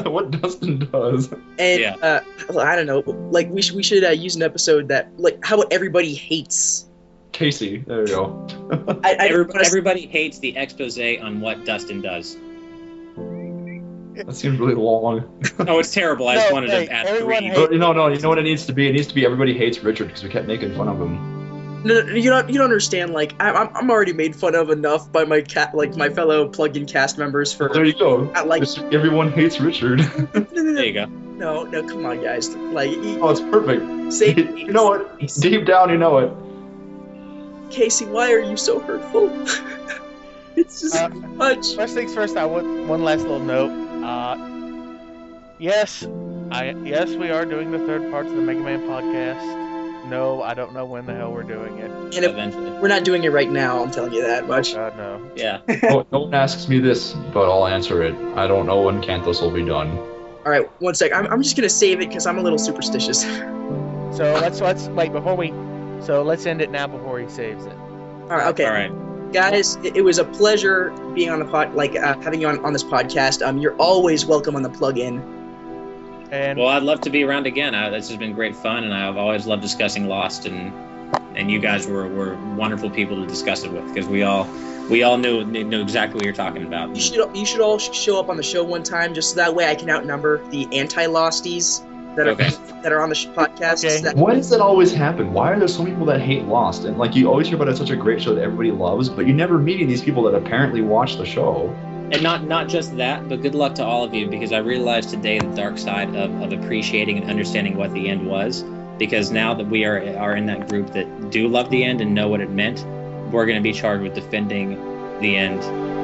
E: what Dustin does.
C: And
D: Yeah.
C: uh, well, I don't know. Like we should we should uh, use an episode that like how about everybody hates.
E: Casey, there you go.
C: I, I
D: Everybody, everybody hates the expose on what Dustin does.
E: That seems really long.
D: Oh, it's terrible. I just
G: No,
D: wanted
G: hey,
D: to add
G: everyone
D: three.
G: hates-
E: But, no, no, you know what it needs to be? It needs to be everybody hates Richard because we kept making fun of him.
C: No, no, you don't. You don't understand. Like I, I'm, I'm already made fun of enough by my cat, like my fellow plug-in cast members for.
E: There you go.
C: I like-
E: Just everyone hates Richard.
C: No, no,
D: There
C: no,
D: you go.
C: no, no, Come on, guys. Like you-
E: oh, it's perfect.
C: say,
E: you know what? Deep down, you know it.
C: Casey, why are you so hurtful? it's just
G: Uh,
C: too much.
G: First things first, I want one last little note. Uh, yes, I yes we are doing the third part of the Mega Man podcast. No, I don't know when the hell we're doing it.
C: And if
D: Eventually.
C: we're not doing it right now, I'm telling you that much.
G: God no.
D: Yeah.
E: oh, no one asks me this, but I'll answer it. I don't know when Cantos will be done.
C: All right, one sec. I'm, I'm just gonna save it because I'm a little superstitious.
G: So let's let's wait before we. So let's end it now before he saves it.
C: All right, okay.
D: All right.
C: guys it, it was a pleasure being on the pod like uh, having you on, on this podcast um you're always welcome on the plug-in
G: And
D: Well, I'd love to be around again. I, this has been great fun, and I've always loved discussing Lost, and and you guys were, were wonderful people to discuss it with because we all we all knew knew exactly what you're talking about.
C: you should you should all sh- show up on the show one time just so that way i can outnumber the anti-losties that are
D: Okay.
C: that are on the sh- podcast
G: Okay.
C: so that-
E: Why does that always happen? Why are there so many people that hate Lost? And like you always hear about it's such a great show that everybody loves, but you never meeting these people that apparently watch the show.
D: And not not just that, but good luck to all of you because I realized today the dark side of, of appreciating and understanding what the end was. Because now that we are are in that group that do love the end and know what it meant, we're going to be charged with defending the end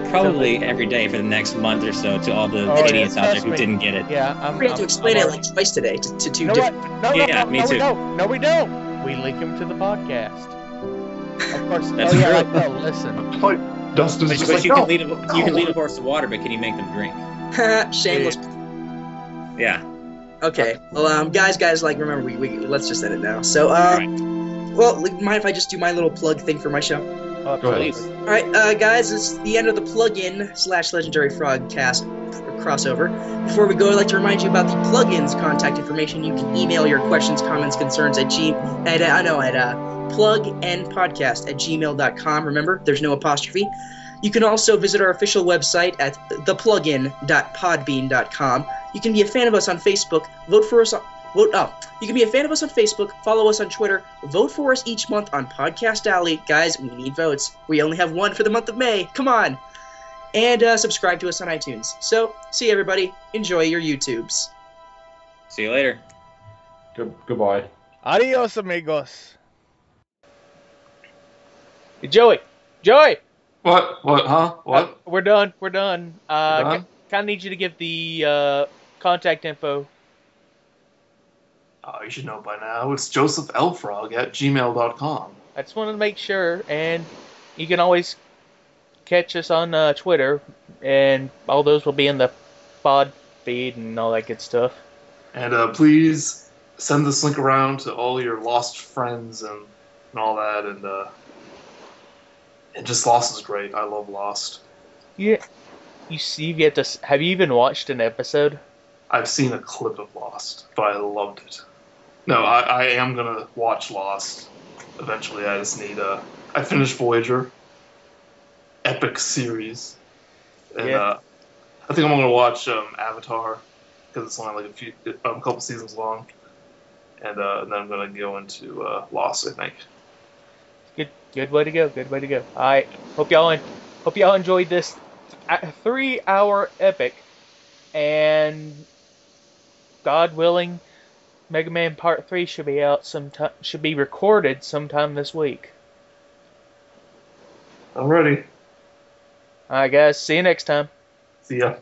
D: probably every day for the next month or so to all the
G: Oh, yeah,
D: idiots out there
G: trust
D: who
G: me.
D: didn't get it.
G: yeah, I'm.
C: we had to
G: I'm-
C: explain
G: I'm
C: it
G: already-
C: like twice today to, to two
G: You know what?
C: different
G: No, no,
D: Yeah,
G: no,
D: me
G: no,
D: too.
G: we don't. No, we don't. We link him to the podcast. Of course.
D: That's
G: oh yeah.
D: true.
G: Like, no, listen.
D: But,
E: Dustin's just
D: but
E: like,
D: you
E: no,
D: can lead a, you can lead a horse to water, but can you make them drink?
C: shameless
D: Yeah.
C: okay well um guys guys like remember we, we let's just end it now so uh well like, mind if i just do my little plug thing for my show
G: Oh,
E: Go ahead.
D: Please.
C: All right, uh, guys, it's the end of the plug-in slash Legendary Frog cast crossover. Before we go, I'd like to remind you about the plugins contact information. You can email your questions, comments, concerns at g at uh, I know at uh, plugnpodcast at gmail.com. Remember, there's no apostrophe. You can also visit our official website at theplugin.podbean.com. You can be a fan of us on Facebook. Vote for us on vote. Oh, you can be a fan of us on Facebook. Follow us on Twitter. Vote for us each month on Podcast Alley, guys. We need votes. We only have one for the month of May. Come on, and uh, subscribe to us on iTunes. So, see everybody. Enjoy your YouTubes.
D: See you later.
E: Good, goodbye.
G: Adios, amigos.
B: Joey, Joey, uh,
A: What? What? Huh? What?
B: we're done. We're done. Uh,
A: Huh?
B: kind of need you to give the uh, contact info.
A: Oh, you should know by now. It's Joseph Elfrog at gmail.com.
B: I just wanted to make sure, and you can always catch us on uh, Twitter, and all those will be in the pod feed and all that good stuff.
A: And uh, please send this link around to all your lost friends and, and all that. And uh, and just Lost is great. I love Lost.
B: Yeah. You see, you've yet to s- have you even watched an episode?
A: I've seen a clip of Lost, but I loved it. No, I, I am gonna watch Lost eventually. I just need uh, I finished Voyager, epic series, and
B: Yeah.
A: uh, I think I'm gonna watch um, Avatar because it's only like a few, um, couple seasons long, and, uh, and then I'm gonna go into uh, Lost. I think.
B: Good, good way to go. Good way to go. All right. Hope y'all en- hope y'all enjoyed this three hour epic, and God willing, Mega Man Part Three should be out sometime. Should be recorded sometime this week.
A: Alrighty,
B: All right, guys. See you next time.
A: see ya.